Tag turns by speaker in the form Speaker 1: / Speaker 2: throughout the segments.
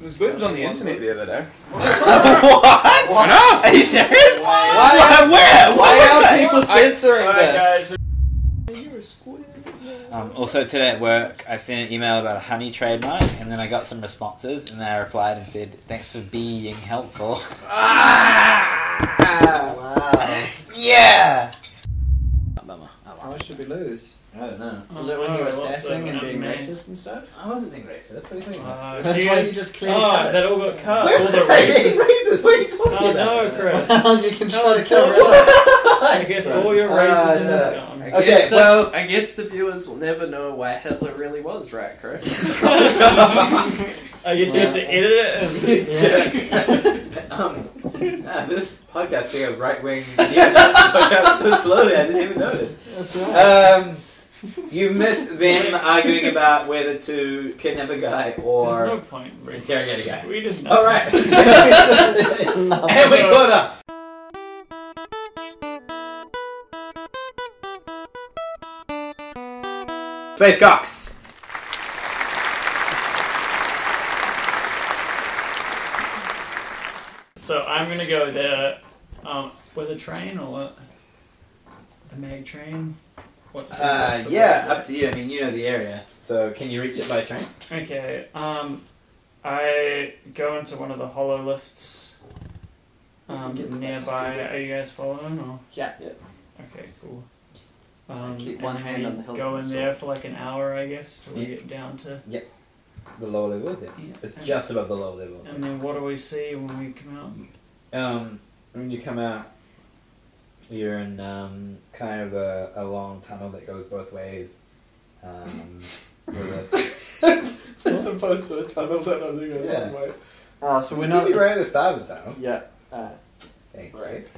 Speaker 1: There's boobs on the internet the other day.
Speaker 2: What?
Speaker 1: Why not?
Speaker 2: Are you serious?
Speaker 3: Why-
Speaker 2: Why? Where?
Speaker 3: Why are
Speaker 2: Where?
Speaker 3: people censoring this?
Speaker 2: Um, also today at work, I sent an email about a honey trademark, and then I got some responses, and then I replied and said, "Thanks for being helpful."
Speaker 3: Ah, wow.
Speaker 2: yeah. Bummer.
Speaker 3: How much did we lose?
Speaker 2: I don't know.
Speaker 3: Was that when you
Speaker 4: Oh,
Speaker 3: were
Speaker 4: what's that
Speaker 3: sassing and
Speaker 4: one?
Speaker 3: being
Speaker 4: Anime.
Speaker 3: racist and stuff?
Speaker 2: I wasn't being racist. What are you talking about?
Speaker 4: Uh,
Speaker 3: That's why you
Speaker 4: Jesus.
Speaker 3: just clearly
Speaker 4: Oh,
Speaker 3: cut
Speaker 4: that
Speaker 3: it.
Speaker 4: all got cut.
Speaker 2: Where
Speaker 4: all the
Speaker 2: was I being
Speaker 4: racist.
Speaker 2: racist? What are you talking
Speaker 4: Oh
Speaker 2: about?
Speaker 4: no, Chris.
Speaker 3: Well, you can try to
Speaker 4: No,
Speaker 3: cover it up.
Speaker 4: I guess all your racism
Speaker 3: Uh,
Speaker 4: is
Speaker 3: no.
Speaker 4: gone.
Speaker 3: I
Speaker 1: Okay,
Speaker 3: guess the-
Speaker 1: well-
Speaker 3: I guess the viewers will never know why Hitler really was, right, Chris?
Speaker 4: I guess Uh, you have to edit it.
Speaker 2: um, nah, this podcast being a right wing podcast so slowly, I didn't even notice.
Speaker 3: That's right.
Speaker 2: Um, you missed them arguing about whether to kidnap a guy
Speaker 4: And There's
Speaker 2: or
Speaker 4: no point. in racism.
Speaker 2: interrogate a guy.
Speaker 4: We didn't know.
Speaker 2: All right,
Speaker 3: It's not-
Speaker 2: and we caught up.
Speaker 1: Space Cox.
Speaker 4: So I'm gonna go there um, with a train or what? A mag train. What's the,
Speaker 2: Uh,
Speaker 4: what's the
Speaker 2: yeah,
Speaker 4: word?
Speaker 2: up to you. I mean, you know the area, so can you reach it by train?
Speaker 4: Okay. Um, I go into one of the hollow lifts. Um,
Speaker 3: Get the bus.
Speaker 4: nearby. Are you guys following? Or
Speaker 3: yeah. yeah.
Speaker 4: okay, cool. Um,
Speaker 3: Keep one
Speaker 4: and
Speaker 3: hand
Speaker 4: we
Speaker 3: on the hilt
Speaker 4: Go in
Speaker 3: of the
Speaker 4: there for like an hour, I guess, till we
Speaker 2: Yeah.
Speaker 4: get down to.
Speaker 2: The lower level, is it?
Speaker 4: Yeah.
Speaker 2: It's just above the lower level.
Speaker 4: And then what do we see when we come out?
Speaker 2: Um, when you come out, you're in um, kind of a, a long tunnel that goes both ways. Um, with a-
Speaker 3: It's supposed to a tunnel that only goes
Speaker 2: Yeah.
Speaker 3: way. Oh, so we're
Speaker 2: You'd
Speaker 3: not.
Speaker 2: be right at the start of the tunnel.
Speaker 3: Yeah. Uh,
Speaker 2: Thank you.
Speaker 3: right.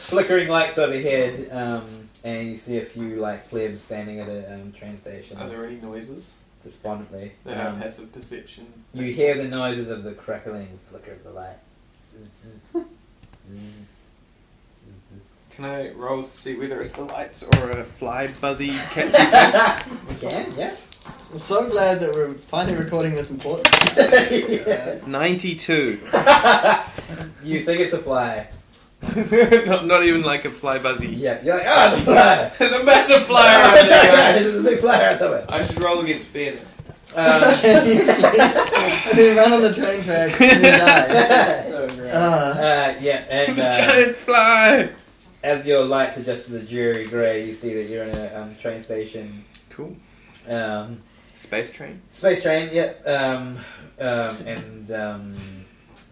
Speaker 2: Flickering lights overhead, um, and you see a few like plebs standing at a um, train station,
Speaker 5: Are there any noises
Speaker 2: despondently.
Speaker 5: that have
Speaker 2: Um,
Speaker 5: passive perception?
Speaker 2: you hear the noises of the crackling flicker of the lights. Zzz, zzz, zzz,
Speaker 5: Can I roll to see whether it's the lights or a fly buzzy catchy thing?
Speaker 2: zzz. You can, yeah.
Speaker 3: I'm so glad that we're finally recording this important.
Speaker 2: Yeah.
Speaker 5: 92.
Speaker 2: you think it's a fly.
Speaker 5: not, not even like a fly buzzy.
Speaker 2: Yeah, you're like, oh, it's a fly!
Speaker 5: There's a massive fly around this guy.
Speaker 2: It's a big fly or something.
Speaker 5: I should roll against fear.
Speaker 2: Um,
Speaker 3: and then run on the train tracks and then die. That's so great. Uh,
Speaker 2: uh, yeah, and
Speaker 5: this
Speaker 2: uh,
Speaker 5: giant fly!
Speaker 2: as your lights are just to the dreary grey, you see that you're in a um, train station.
Speaker 5: Cool.
Speaker 2: Um,
Speaker 5: Space train?
Speaker 2: space train, yeah. Um, um, and um,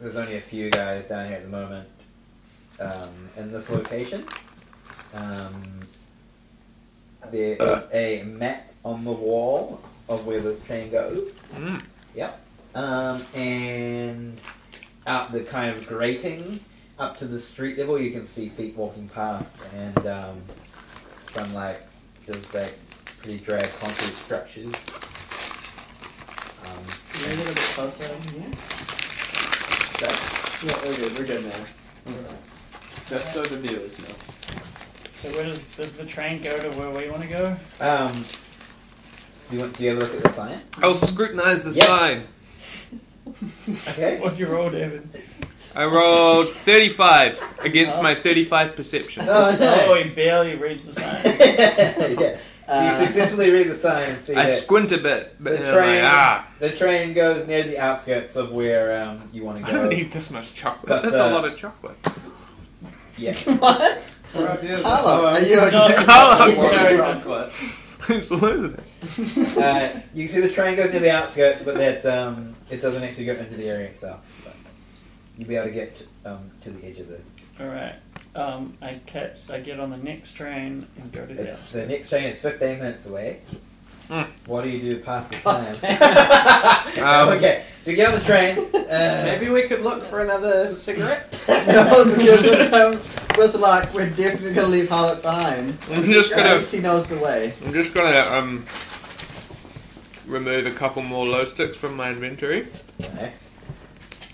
Speaker 2: there's only a few guys down here at the moment um, in this location. Um, there is a map on the wall of where this train goes.
Speaker 5: Mm.
Speaker 2: Um, and out the kind of grating up to the street level, you can see feet walking past and um, some like just like pretty dry concrete structures. Um,
Speaker 3: can we get a bit closer in here? Yeah, we're good. We're good now.
Speaker 5: Just so the viewers know.
Speaker 4: So where does does the train go to where we want to go?
Speaker 2: um, do you want? Do you have a look at the sign?
Speaker 5: I'll Oh, scrutinize the
Speaker 2: Yeah.
Speaker 5: sign.
Speaker 2: Okay.
Speaker 4: What'd you roll, David?
Speaker 5: I rolled 35 against my 35 perception.
Speaker 2: Oh
Speaker 4: Oh,
Speaker 2: no.
Speaker 4: he barely reads the sign.
Speaker 2: yeah. So you
Speaker 3: Uh,
Speaker 2: successfully read the sign and see
Speaker 5: I
Speaker 2: that
Speaker 5: squint a bit, but then
Speaker 2: The
Speaker 5: I'm like,
Speaker 2: train-
Speaker 5: ah,
Speaker 2: the train goes near the outskirts of where um, you want to
Speaker 5: I
Speaker 2: go.
Speaker 5: don't eat this much chocolate.
Speaker 2: But,
Speaker 5: That's
Speaker 2: uh,
Speaker 5: a lot of chocolate.
Speaker 2: Yeah.
Speaker 3: what? Hello, are you
Speaker 4: No,
Speaker 3: okay?
Speaker 5: Hello.
Speaker 4: sorry, no.
Speaker 3: Chocolate.
Speaker 5: Who's losing it?
Speaker 2: Uh, you can see the train goes near the outskirts, but that um, it doesn't actually go into the area itself. But you'll be able to get um, to the edge of the.
Speaker 4: All right. Um, I catch. I get on the next train and go to the
Speaker 2: It's,
Speaker 4: outside.
Speaker 2: the next train is 15 minutes away.
Speaker 5: Mm.
Speaker 2: What do you do past the
Speaker 3: God
Speaker 2: time?
Speaker 5: Um,
Speaker 2: okay, so you get on the train. Uh,
Speaker 3: Maybe we could look for another cigarette. no, because with, some- with luck, we're definitely gonna leave Harlot behind.
Speaker 5: I'm just
Speaker 3: At
Speaker 5: gonna,
Speaker 3: least he knows the way.
Speaker 5: I'm just gonna um, remove a couple more low sticks from my inventory.
Speaker 2: nice.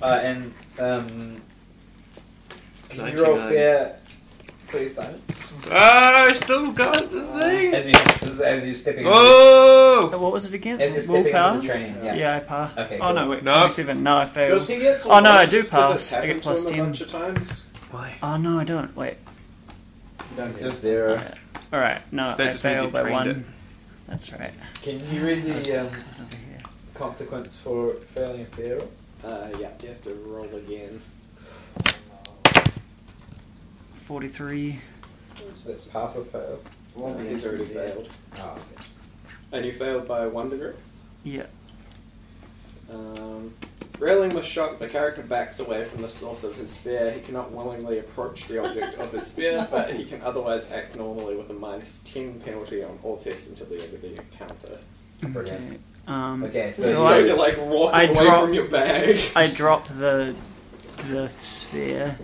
Speaker 2: Uh, and um, can you roll
Speaker 5: 99.
Speaker 2: fair, please, Simon?
Speaker 5: Ah, I still got the thing.
Speaker 2: As you as, as you stepping
Speaker 5: Oh!
Speaker 4: Uh, What was it
Speaker 2: as you
Speaker 4: against?
Speaker 2: stepping on
Speaker 4: Willpower?
Speaker 2: the train. Yeah.
Speaker 4: Yeah, I pass.
Speaker 2: Okay.
Speaker 4: Oh no, wait,
Speaker 5: No.
Speaker 4: 47. No, I failed.
Speaker 6: Does he get some
Speaker 4: Oh, no, I do
Speaker 6: bonuses? Does
Speaker 4: pass.
Speaker 6: it
Speaker 4: I
Speaker 6: happen
Speaker 4: get plus
Speaker 6: to him
Speaker 4: 10.
Speaker 6: a bunch of times?
Speaker 5: Why?
Speaker 4: Oh no, I don't. Wait.
Speaker 2: It's just zero.
Speaker 4: Alright, Alright, no,
Speaker 5: That
Speaker 4: I
Speaker 5: just means
Speaker 4: failed
Speaker 5: you've
Speaker 4: by
Speaker 5: trained
Speaker 4: one.
Speaker 5: it.
Speaker 4: That's right.
Speaker 2: Can you read the um,
Speaker 4: Over here.
Speaker 2: consequence for failing a fail?
Speaker 6: Uh, yeah, you have to roll again.
Speaker 4: 43.
Speaker 2: So that's pass or fail.
Speaker 6: One
Speaker 2: No,
Speaker 6: he's already failed.
Speaker 2: Oh, okay.
Speaker 6: And you failed by one degree.
Speaker 4: Yeah.
Speaker 6: Um, railing with shock, the character backs away from the source of his fear. He cannot willingly approach the object of his fear, but he can otherwise act normally with a minus 10 penalty on all tests until the end of the encounter.
Speaker 2: Brilliant.
Speaker 4: Okay. Um,
Speaker 2: Okay,
Speaker 6: So,
Speaker 2: so
Speaker 4: So I-
Speaker 6: you're like walking
Speaker 4: I
Speaker 6: away
Speaker 4: drop-
Speaker 6: from your bag.
Speaker 4: I drop the the sphere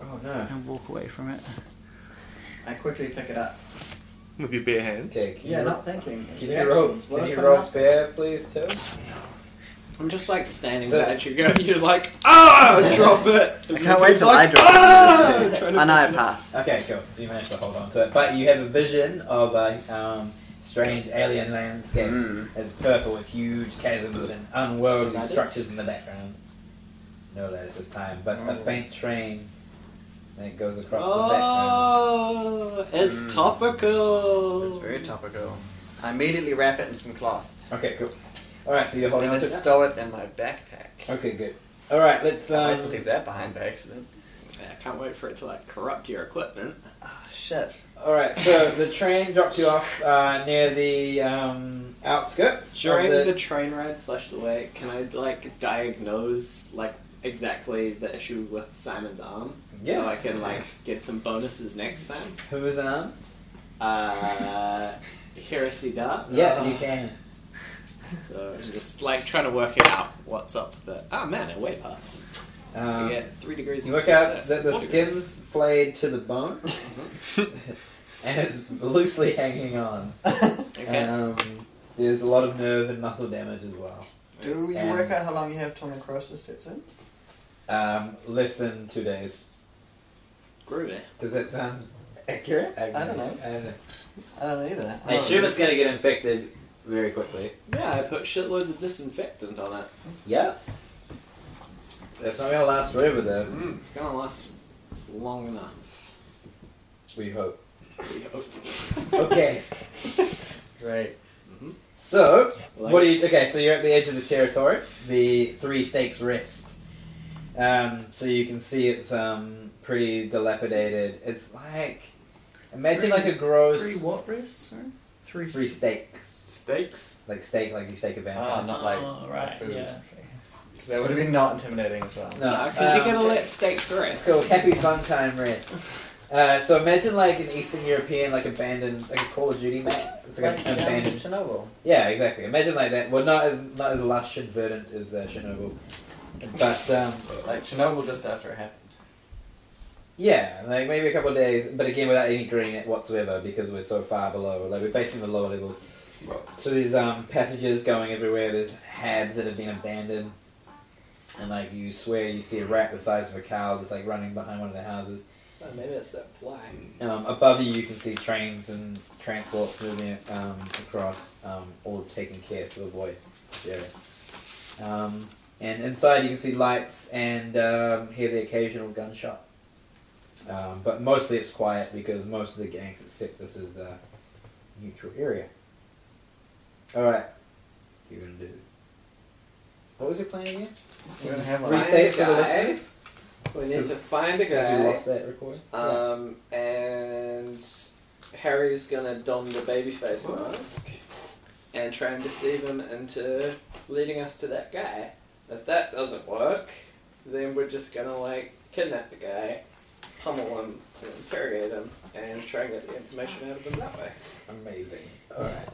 Speaker 2: Oh no.
Speaker 4: and walk away from it.
Speaker 3: I quickly pick it up.
Speaker 5: With your bare hands.
Speaker 2: Okay. Can
Speaker 3: Yeah,
Speaker 2: you,
Speaker 3: not thinking.
Speaker 2: can you roll?
Speaker 3: Reactions. What
Speaker 2: Can
Speaker 3: if
Speaker 2: you
Speaker 3: someone-
Speaker 2: roll spare, please, too?
Speaker 6: I'm just like standing
Speaker 2: So-
Speaker 6: there at you go, you're like, ah, drop it.
Speaker 3: I can't wait till I drop
Speaker 6: Ah!
Speaker 3: it. I know I pass.
Speaker 2: Okay, cool. So you managed to hold on to it, but you have a vision of a um, strange alien landscape.
Speaker 3: Mm.
Speaker 2: It's purple with huge chasms and unworldly
Speaker 6: Ladders?
Speaker 2: structures in the background. No ladders this time, but a
Speaker 6: Oh.
Speaker 2: faint train that goes across the background.
Speaker 6: Oh, it's
Speaker 3: Mm.
Speaker 6: topical.
Speaker 3: It's very topical. I immediately wrap it in some cloth.
Speaker 6: Oh.
Speaker 2: Okay, cool. All right, so you're
Speaker 3: And
Speaker 2: holding
Speaker 3: I
Speaker 2: on to
Speaker 3: just
Speaker 2: it.
Speaker 3: stow it in my backpack.
Speaker 2: Okay, good. All right, let's.
Speaker 3: I
Speaker 2: Um,
Speaker 3: might leave that behind by accident.
Speaker 6: Yeah, I can't wait for it to like corrupt your equipment.
Speaker 3: Ah, shit.
Speaker 2: all right, so the train drops you off uh, near the um, outskirts. of
Speaker 6: During
Speaker 2: the,
Speaker 6: the... train ride slash the way, can I like diagnose like exactly the issue with Simon's arm?
Speaker 2: Yeah.
Speaker 6: So I can like get some bonuses next time.
Speaker 2: who is on?
Speaker 6: Ah. Uh, heresy dart.
Speaker 2: Yes, you can.
Speaker 6: So I'm just like trying to work it out what's up. But ah man, it way past. I
Speaker 2: Um,
Speaker 6: get three degrees.
Speaker 2: You
Speaker 6: of
Speaker 2: look out
Speaker 6: success,
Speaker 2: that the
Speaker 6: four
Speaker 2: skin's flayed to the bone,
Speaker 6: Mm-hmm.
Speaker 2: and it's loosely hanging on.
Speaker 6: degrees. Okay.
Speaker 2: Um, there's a lot of nerve and muscle damage as well.
Speaker 3: Do you
Speaker 2: Um,
Speaker 3: work out how long you have till necrosis sets in?
Speaker 2: Um, less than two days.
Speaker 6: Groovy.
Speaker 2: Does that sound accurate? I,
Speaker 3: don't know.
Speaker 2: I don't know.
Speaker 3: I don't either. Oh.
Speaker 2: I assume it's going to get infected very quickly.
Speaker 6: Yeah, I put shitloads of disinfectant on it.
Speaker 2: Yeah. That's not going to last forever, though.
Speaker 5: Mm.
Speaker 6: It's gonna last long enough.
Speaker 2: We hope.
Speaker 6: We hope.
Speaker 2: Okay.
Speaker 3: Great.
Speaker 2: So,
Speaker 6: Like-
Speaker 2: what do you? Okay, so you're at the edge of the territory. The three stakes rest. Um, so you can see it's um, pretty dilapidated. It's like imagine like a
Speaker 4: Three
Speaker 2: gross
Speaker 4: what wrists? Sorry? Three.
Speaker 2: three
Speaker 4: s-
Speaker 2: stakes,
Speaker 6: Steaks.
Speaker 2: like steak, like you steak a vampire.
Speaker 3: Ah, not like.
Speaker 4: oh, right,
Speaker 3: food.
Speaker 4: yeah. Okay.
Speaker 3: That would have been not intimidating as well.
Speaker 2: No,
Speaker 6: Because
Speaker 2: um,
Speaker 6: you're gonna let steaks
Speaker 2: It's
Speaker 6: rest.
Speaker 2: called Happy Fun Time Rest. Uh, so imagine like an Eastern European, like abandoned, like a Call of Duty map. It's like,
Speaker 3: Like,
Speaker 2: an
Speaker 3: um,
Speaker 2: abandoned
Speaker 3: Chernobyl.
Speaker 2: Yeah, exactly. Imagine like that. Well, not as not as lush and verdant as uh, Chernobyl, but um,
Speaker 3: Like Chernobyl just after it happened.
Speaker 2: yeah, like maybe a couple of days. But again, without any green whatsoever because we're so far below. Like we're based on the lower levels. So there's um, passages going everywhere. There's habs that have been abandoned, and like you swear you see a rat the size of a cow just like running behind one of the houses.
Speaker 6: Oh, maybe it's that fly.
Speaker 2: Um, above you, you can see trains and transport moving um, across, um, all taking care to avoid the area. Um, and inside, you can see lights and um, hear the occasional gunshot. Um, but mostly it's quiet because most of the gangs accept this as a neutral area. Alright. You're gonna do. What was your plan again?
Speaker 6: We need
Speaker 2: Free state for the
Speaker 6: guy.
Speaker 2: listeners?
Speaker 6: We need to find a
Speaker 2: Since You
Speaker 6: guy.
Speaker 2: lost that recording?
Speaker 6: Um, and Harry's gonna don the babyface mask and try and deceive him into leading us to that guy. If that doesn't work, then we're just gonna like kidnap the guy, pummel him, and interrogate him, and try and get the information out of him that way.
Speaker 2: Amazing. Alright.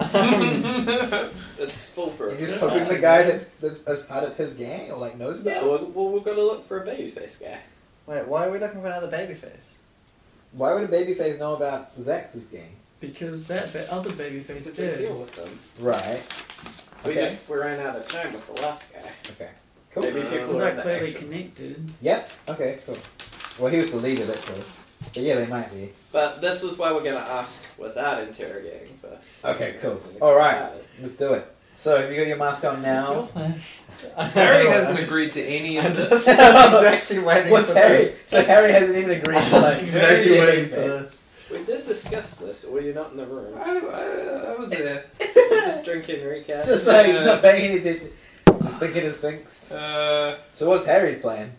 Speaker 6: It's, it's foolproof.
Speaker 2: You're just
Speaker 6: It's
Speaker 2: hoping
Speaker 6: not-
Speaker 2: the guy that's, that's as part of his gang or like knows
Speaker 6: Yeah,
Speaker 2: about. it?
Speaker 6: well, well, we've got to look for a babyface guy.
Speaker 3: Wait, why are we looking for another babyface?
Speaker 2: Why would a babyface know about Zax's gang?
Speaker 4: Because that ba- other babyface
Speaker 6: It's a big
Speaker 4: did.
Speaker 6: deal with them.
Speaker 2: Right.
Speaker 6: We
Speaker 2: Okay.
Speaker 6: just we ran out of time with the last guy.
Speaker 2: Okay. Cool.
Speaker 6: Maybe
Speaker 4: So
Speaker 6: people are
Speaker 4: they're
Speaker 6: in the
Speaker 4: uh, clearly
Speaker 6: action.
Speaker 4: connected.
Speaker 2: Yep. Okay. Cool. Well, he was the leader. That's all. But yeah, they might be.
Speaker 6: But this is why we're going to ask without interrogating first.
Speaker 2: Okay, cool. All right, let's do it. So have you got your mask on
Speaker 4: That's your
Speaker 2: now?
Speaker 4: plan.
Speaker 5: Harry hasn't agreed to any
Speaker 3: I'm
Speaker 5: of
Speaker 3: just
Speaker 5: this.
Speaker 3: I'm exactly waiting
Speaker 2: What's
Speaker 3: for
Speaker 2: Harry?
Speaker 3: this.
Speaker 2: So Harry hasn't even agreed.
Speaker 3: I'm
Speaker 2: to, like,
Speaker 3: just exactly
Speaker 2: do
Speaker 3: waiting for
Speaker 2: anything.
Speaker 3: this.
Speaker 6: We did discuss this. Were you not in the room?
Speaker 5: I, I, I was there.
Speaker 6: We're just drinking recap.
Speaker 2: It's just like not paying any attention, just thinking his things.
Speaker 5: Uh,
Speaker 2: So what's Harry's plan?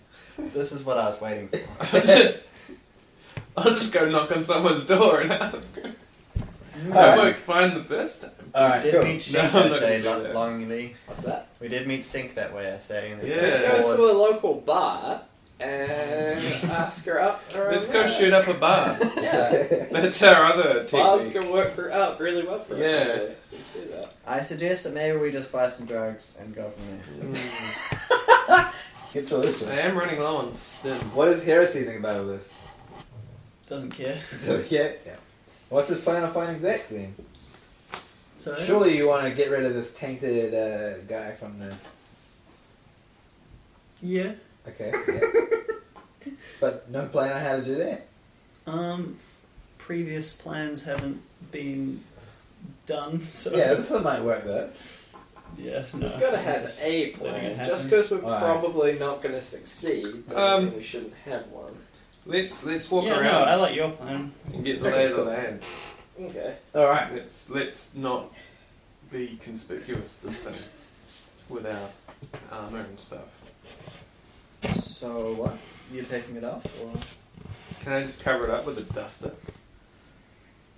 Speaker 3: This is what I was waiting for.
Speaker 5: I'll, just, I'll just go knock on someone's door and ask. I
Speaker 2: Alright.
Speaker 5: won't find the first time.
Speaker 2: All right,
Speaker 3: did
Speaker 2: cool.
Speaker 3: meet
Speaker 5: No,
Speaker 3: Sink
Speaker 5: I'm not gonna
Speaker 3: say
Speaker 5: do
Speaker 3: lo-
Speaker 5: that.
Speaker 3: longingly.
Speaker 6: What's that?
Speaker 3: We did meet Sink that way, I say. And
Speaker 5: Yeah.
Speaker 6: Go
Speaker 3: there's
Speaker 6: to
Speaker 3: like
Speaker 6: a
Speaker 3: doors.
Speaker 6: local bar and ask her up. around
Speaker 5: Let's go
Speaker 6: there.
Speaker 5: shoot up a bar.
Speaker 6: Yeah.
Speaker 5: That's our other
Speaker 6: Bars
Speaker 5: technique.
Speaker 6: can work her out really well for us.
Speaker 5: Yeah.
Speaker 6: actually, so we do that.
Speaker 3: I suggest that maybe we just buy some drugs and go from
Speaker 2: Good
Speaker 5: I
Speaker 2: solution.
Speaker 5: am running low on stim.
Speaker 2: What does Heresy think about all this?
Speaker 4: Doesn't care.
Speaker 2: yeah, yeah. What's his plan on finding Zax then?
Speaker 4: So
Speaker 2: Surely you want to get rid of this tainted uh, guy from the.
Speaker 4: yeah.
Speaker 2: Okay. Yeah. but no plan on how to do that.
Speaker 4: Um, previous plans haven't been done, so
Speaker 2: Yeah, this one might work though.
Speaker 4: yeah, no.
Speaker 6: We've got to have
Speaker 4: Just-
Speaker 6: a
Speaker 4: letting it
Speaker 6: plan.
Speaker 4: happen.
Speaker 6: Just because we're
Speaker 2: Alright.
Speaker 6: probably not going to succeed, doesn't
Speaker 5: Um,
Speaker 6: mean we shouldn't have one.
Speaker 5: Let's let's walk
Speaker 4: yeah, no,
Speaker 5: around
Speaker 4: I like your plan.
Speaker 5: and get the lay of the land.
Speaker 6: Okay.
Speaker 2: All right.
Speaker 5: Let's let's not be conspicuous this time with our armor and stuff.
Speaker 3: there. So what? You're taking it off? Or?
Speaker 5: Can I just cover it up with a duster?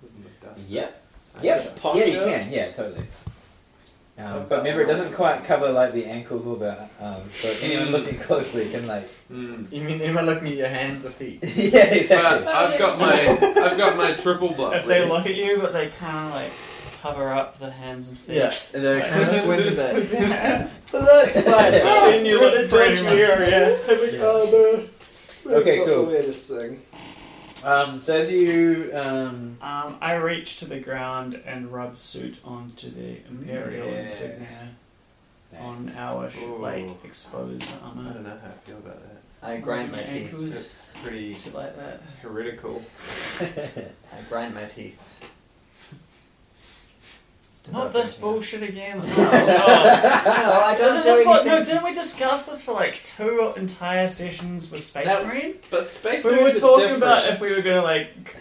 Speaker 5: With my duster.
Speaker 2: Yeah.
Speaker 5: I
Speaker 2: Yep.
Speaker 5: guess.
Speaker 2: Yeah,
Speaker 6: Poncho?
Speaker 2: you can. Yeah, totally. Um, but remember, it doesn't quite cover like the ankles or the. Um, so anyone looking closely can like.
Speaker 5: Mm.
Speaker 3: You mean am I looking at your hands or feet?
Speaker 2: yeah,
Speaker 5: But
Speaker 2: exactly.
Speaker 5: I've got my I've got my triple bluff.
Speaker 4: If they
Speaker 5: ready.
Speaker 4: look at you, but they can't like cover up the hands and feet.
Speaker 3: And they're kind of
Speaker 4: Like-
Speaker 3: squinted back.
Speaker 6: But that's fine.
Speaker 2: Yeah.
Speaker 6: Then you
Speaker 4: We're
Speaker 6: look
Speaker 4: the judge
Speaker 6: pretty
Speaker 4: here,
Speaker 6: much-
Speaker 4: yeah.
Speaker 6: Have you- oh, no.
Speaker 2: Okay,
Speaker 6: What's
Speaker 2: cool.
Speaker 6: the weirdest thing?
Speaker 2: Um, so as you um,
Speaker 4: Um, I reach to the ground and rub suit onto the imperial
Speaker 5: Yeah.
Speaker 4: insignia
Speaker 2: Nice.
Speaker 4: on our sh-
Speaker 5: Ooh.
Speaker 4: like exposed
Speaker 5: I
Speaker 4: armor.
Speaker 5: don't know how I feel about that.
Speaker 3: I grind my
Speaker 4: On the
Speaker 3: teeth.
Speaker 4: ankles,
Speaker 5: It's pretty
Speaker 4: shit like that.
Speaker 5: heretical.
Speaker 2: Oh,
Speaker 3: I grind my teeth.
Speaker 4: Not this bullshit again.
Speaker 3: No, I don't
Speaker 4: Isn't
Speaker 3: do
Speaker 4: this what? No,
Speaker 3: anything.
Speaker 4: didn't we discuss this for like two entire sessions with Space
Speaker 6: That-
Speaker 4: Marine?
Speaker 6: But space
Speaker 4: We were
Speaker 6: marines are
Speaker 4: talking about
Speaker 6: different.
Speaker 4: if we were gonna like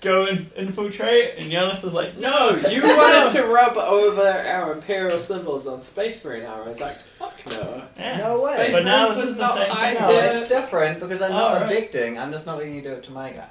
Speaker 4: go and infiltrate, and Giannis is like, "No, you
Speaker 6: You
Speaker 4: want
Speaker 6: wanted
Speaker 4: to."
Speaker 6: to rub over our imperial symbols on space marine armor. I was like, fuck no.
Speaker 4: Yeah.
Speaker 3: No way.
Speaker 4: But now
Speaker 6: Space
Speaker 4: this is
Speaker 6: Marines
Speaker 4: the same.
Speaker 6: is
Speaker 4: thing.
Speaker 6: not hiding.
Speaker 3: No,
Speaker 6: Yeah.
Speaker 3: it's different because I'm
Speaker 4: Oh,
Speaker 3: not
Speaker 4: right.
Speaker 3: objecting. I'm just not letting you do it to my guy.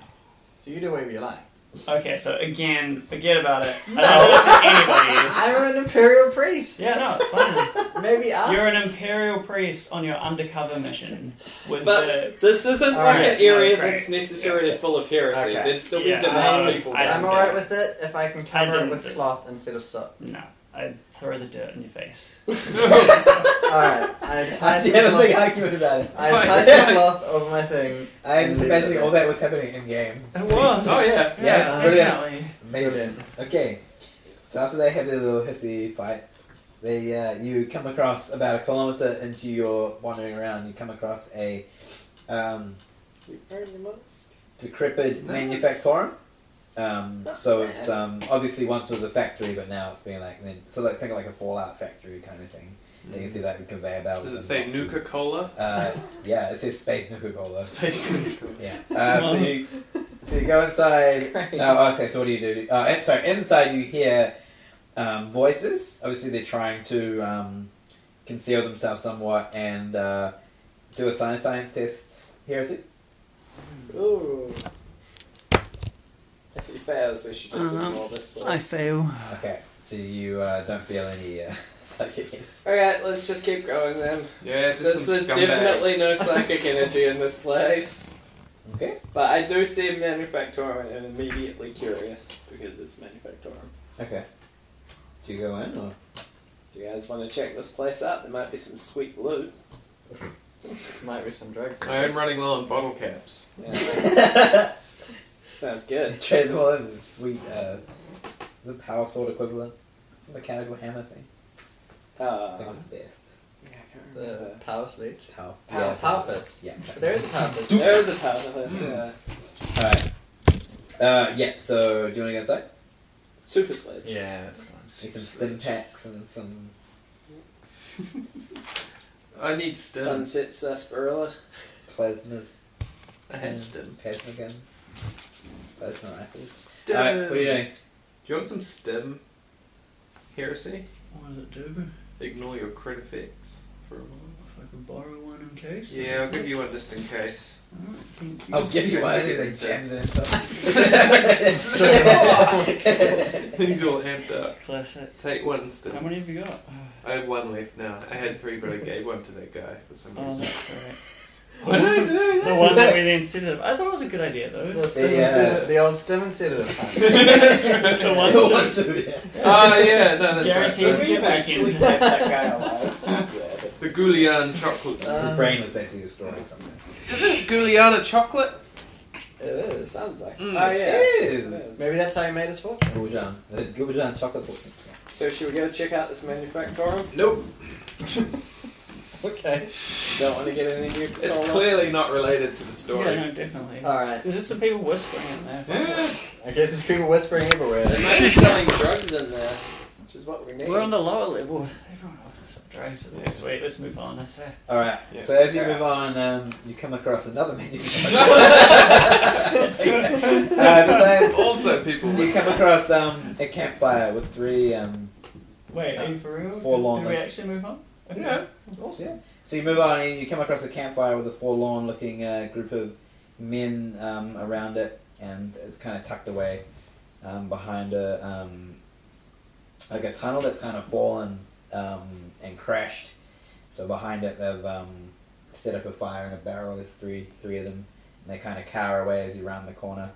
Speaker 3: So you do whatever you like.
Speaker 4: Okay, so again, forget about it. I don't know if anybody is.
Speaker 3: I'm an imperial priest.
Speaker 4: Yeah, no, it's fine.
Speaker 3: Maybe ask.
Speaker 4: You're an imperial priest on your undercover mission with the.
Speaker 6: But this isn't like
Speaker 3: Alright.
Speaker 6: an area
Speaker 4: No, great.
Speaker 6: that's necessarily full of heresy.
Speaker 3: Okay.
Speaker 6: There'd still
Speaker 4: Yeah. Um,
Speaker 6: be devout
Speaker 3: I-
Speaker 6: people.
Speaker 4: I
Speaker 3: I'm
Speaker 4: don't
Speaker 6: there.
Speaker 4: all
Speaker 3: alright
Speaker 4: care.
Speaker 3: with it if I can
Speaker 4: I
Speaker 3: cover
Speaker 4: don't
Speaker 3: it with
Speaker 4: do-
Speaker 3: cloth instead of soot.
Speaker 4: No, I throw the dirt in your face.
Speaker 5: Oh,
Speaker 3: Alright, I tie
Speaker 2: I
Speaker 3: some
Speaker 2: had a big
Speaker 3: cloth.
Speaker 2: argument about it.
Speaker 3: I
Speaker 5: Fine.
Speaker 3: tie some cloth over my thing.
Speaker 2: I'm just
Speaker 3: Leave it
Speaker 2: imagining
Speaker 3: there.
Speaker 2: all that was happening in game.
Speaker 4: It was.
Speaker 5: Oh yeah.
Speaker 4: Yeah,
Speaker 2: Yeah, it's brilliant.
Speaker 4: definitely.
Speaker 2: Amazing. Okay, so after they have their little hissy fight, they uh, you come across about a kilometer into your wandering around. You come across a um,
Speaker 6: You wearing your mask?
Speaker 2: decrepit manufactorum. Um, so it's um, obviously once was a factory, but now it's been like then so like think of like a Fallout factory kind of thing. You can see like the conveyor belts.
Speaker 5: Mm. Does it
Speaker 2: and
Speaker 5: say
Speaker 2: boxes.
Speaker 5: Nuka Cola?
Speaker 2: Uh, yeah, it says space nuka cola.
Speaker 5: Space Nuka Cola.
Speaker 2: Yeah. Uh, so you so you go inside.
Speaker 3: Great.
Speaker 2: Oh, okay. So what do you do? Uh, and- sorry, inside you hear um, voices. Obviously, they're trying to um, conceal themselves somewhat and uh, do a science science test. Heresy.
Speaker 6: Ooh. If he fails, we should just
Speaker 4: Uh-huh.
Speaker 6: ignore this place.
Speaker 4: I fail.
Speaker 2: Okay. So you uh, don't feel any uh, psychic.
Speaker 6: Alright, let's just keep going then.
Speaker 5: Yeah, just
Speaker 6: There's,
Speaker 5: some
Speaker 6: there's
Speaker 5: scumbags.
Speaker 6: definitely no psychic energy in this place.
Speaker 2: Okay.
Speaker 6: But I do see Manufactorum and am immediately curious because it's Manufactorum.
Speaker 2: Okay. Do you go in or?
Speaker 6: Do you guys want to check this place out? There might be some sweet loot.
Speaker 3: Might be some drugs. in
Speaker 5: I am
Speaker 3: this.
Speaker 5: running low on bottle caps.
Speaker 6: Yeah, sounds good.
Speaker 2: Trade one is sweet. Uh, is it power sword equivalent? It's a mechanical hammer thing. I think
Speaker 6: Uh,
Speaker 2: it's the best.
Speaker 6: yeah, I can't
Speaker 3: The
Speaker 6: remember.
Speaker 3: power sleeve.
Speaker 2: Power.
Speaker 3: Power, power fist.
Speaker 2: Yeah.
Speaker 3: There is a power fist.
Speaker 6: There is a powder. Yeah.
Speaker 2: Alright. Uh, yeah, so do you want to go inside?
Speaker 6: Super sledge.
Speaker 2: Yeah, that's fine. Make some stim packs and some.
Speaker 5: I need stim.
Speaker 6: Sunset sarsaparilla.
Speaker 2: Plasmas.
Speaker 5: I have stim.
Speaker 2: Plasma guns. Plasma rifles.
Speaker 5: Stim.
Speaker 2: Alright, what are you doing?
Speaker 5: Do you want some stim? Heresy?
Speaker 4: What does it do?
Speaker 5: Ignore your crit effects for a moment.
Speaker 4: If I could borrow one in case.
Speaker 5: Yeah, I'll give you one just in case.
Speaker 4: Alright, thank you.
Speaker 2: I'll give you one.
Speaker 5: Anything
Speaker 2: Anything jams in it.
Speaker 5: Things all amped up.
Speaker 4: Classic.
Speaker 5: Take one
Speaker 4: How
Speaker 5: stim.
Speaker 4: many have you got?
Speaker 5: I have one left now. I had three, but I gave one to that guy for some
Speaker 4: Oh,
Speaker 5: reason.
Speaker 4: that's alright.
Speaker 5: Why did I do that?
Speaker 4: The one that we then set it up. I thought it was a good idea though.
Speaker 3: The, stem
Speaker 2: Yeah.
Speaker 3: instead of- the old stem instead of the
Speaker 4: the one
Speaker 2: Go
Speaker 4: that
Speaker 2: on to it.
Speaker 5: Oh, yeah, no, that's
Speaker 4: Guarantees
Speaker 5: right.
Speaker 4: you get back
Speaker 6: actually
Speaker 4: in.
Speaker 6: have that guy alive.
Speaker 5: The Goulian chocolate.
Speaker 2: His
Speaker 3: Um,
Speaker 2: brain was basically destroyed from this.
Speaker 5: Isn't Gouliana chocolate?
Speaker 6: yeah, it is. Sounds like.
Speaker 5: Mm.
Speaker 6: Oh yeah.
Speaker 2: It
Speaker 6: Mm. It
Speaker 2: is!
Speaker 6: is.
Speaker 3: Maybe that's how he made his fortune.
Speaker 2: Guljan. The Guljan chocolate book.
Speaker 6: So should we go check out this manufacturer?
Speaker 5: Nope.
Speaker 3: Okay.
Speaker 6: Don't want to get any new.
Speaker 5: It's
Speaker 4: Oh,
Speaker 5: clearly not related to the story.
Speaker 4: Yeah, no, definitely.
Speaker 3: Alright.
Speaker 4: There's just some people whispering in there.
Speaker 5: Yeah.
Speaker 3: I guess there's people whispering everywhere.
Speaker 6: They might be selling drugs in there, which is what we need.
Speaker 4: We're on the lower level. Everyone offers some drugs in there. Sweet, let's move on. I say.
Speaker 2: Alright,
Speaker 5: Yeah.
Speaker 2: so as you
Speaker 6: Alright.
Speaker 2: move on, um, you come across another menu. uh, so
Speaker 5: also, people
Speaker 2: you
Speaker 5: with
Speaker 2: come across um, a campfire with three. Um,
Speaker 4: Wait, are you for real?
Speaker 2: For
Speaker 4: Did-
Speaker 2: long
Speaker 4: Did we
Speaker 2: then.
Speaker 4: actually move on? Okay.
Speaker 5: Yeah.
Speaker 4: Awesome.
Speaker 2: Yeah. So you move on and you come across a campfire with a forlorn looking uh, group of men um, around it and it's kind of tucked away um, behind a um, like a tunnel that's kind of fallen um, and crashed. So behind it they've um, set up a fire in a barrel. There's three three of them and they kind of cower away as you round the corner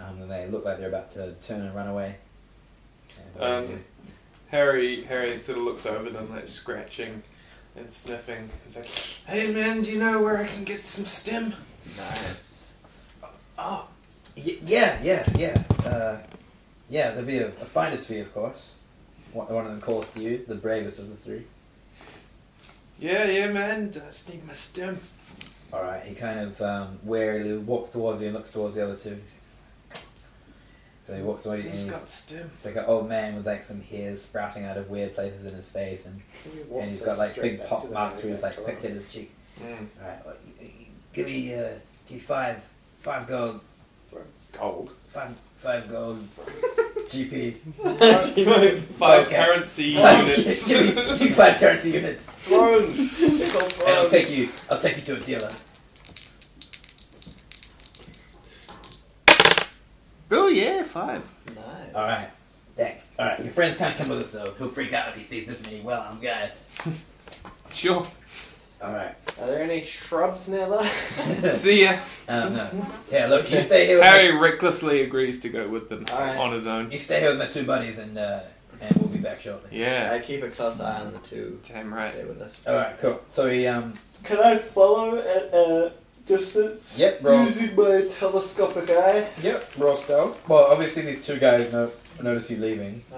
Speaker 2: um, and they look like they're about to turn and run away.
Speaker 5: Um, Harry, Harry sort of looks over them, like scratching and sniffing. He's like, "Hey man, do you know where I can get some stem?"
Speaker 2: Oh, y- yeah, yeah, yeah. Uh, yeah, there'd be a, a finder's fee, of course. One, one of them calls to you, the bravest of the three.
Speaker 5: Yeah, yeah, man. I just need my stem.
Speaker 2: All right, he kind of um, warily walks towards you and looks towards the other two. So he walks away and
Speaker 5: He's
Speaker 2: he's,
Speaker 5: got stem.
Speaker 2: it's like an old man with like some hairs sprouting out of weird places in his face, and, and he's got like big pop marks where he's like picked at his cheek.
Speaker 5: Mm,
Speaker 2: All right, well, y- y- give me, uh, give me five, five gold,
Speaker 5: cold.
Speaker 2: five, five gold GP.
Speaker 5: Five
Speaker 2: Okay.
Speaker 5: currency
Speaker 2: Five-
Speaker 5: units.
Speaker 2: give me- give me five currency units.
Speaker 5: Thrones. They're called
Speaker 2: And I'll take
Speaker 5: thrones.
Speaker 2: you. I'll take you to a dealer.
Speaker 5: Oh yeah, five.
Speaker 2: All right. Thanks. All right. Your friends can't come with us though. He'll freak out if he sees this many well-armed guys.
Speaker 5: Sure.
Speaker 2: All right.
Speaker 6: Are there any shrubs nearby?
Speaker 5: See ya.
Speaker 2: um, no. Yeah. Look, you stay here. With
Speaker 5: Harry recklessly agrees to go with them
Speaker 3: Alright.
Speaker 5: on his own.
Speaker 2: My, you stay here with my two buddies, and uh, and we'll be back shortly.
Speaker 5: Yeah.
Speaker 3: I keep a close eye on the two.
Speaker 5: Damn right.
Speaker 3: Stay with us.
Speaker 2: All right. Cool. So he um.
Speaker 6: Can I follow at a distance?
Speaker 2: Yep. Roll.
Speaker 6: my telescopic eye.
Speaker 2: Yep. Roll stealth. Well, obviously these two guys no- notice you leaving.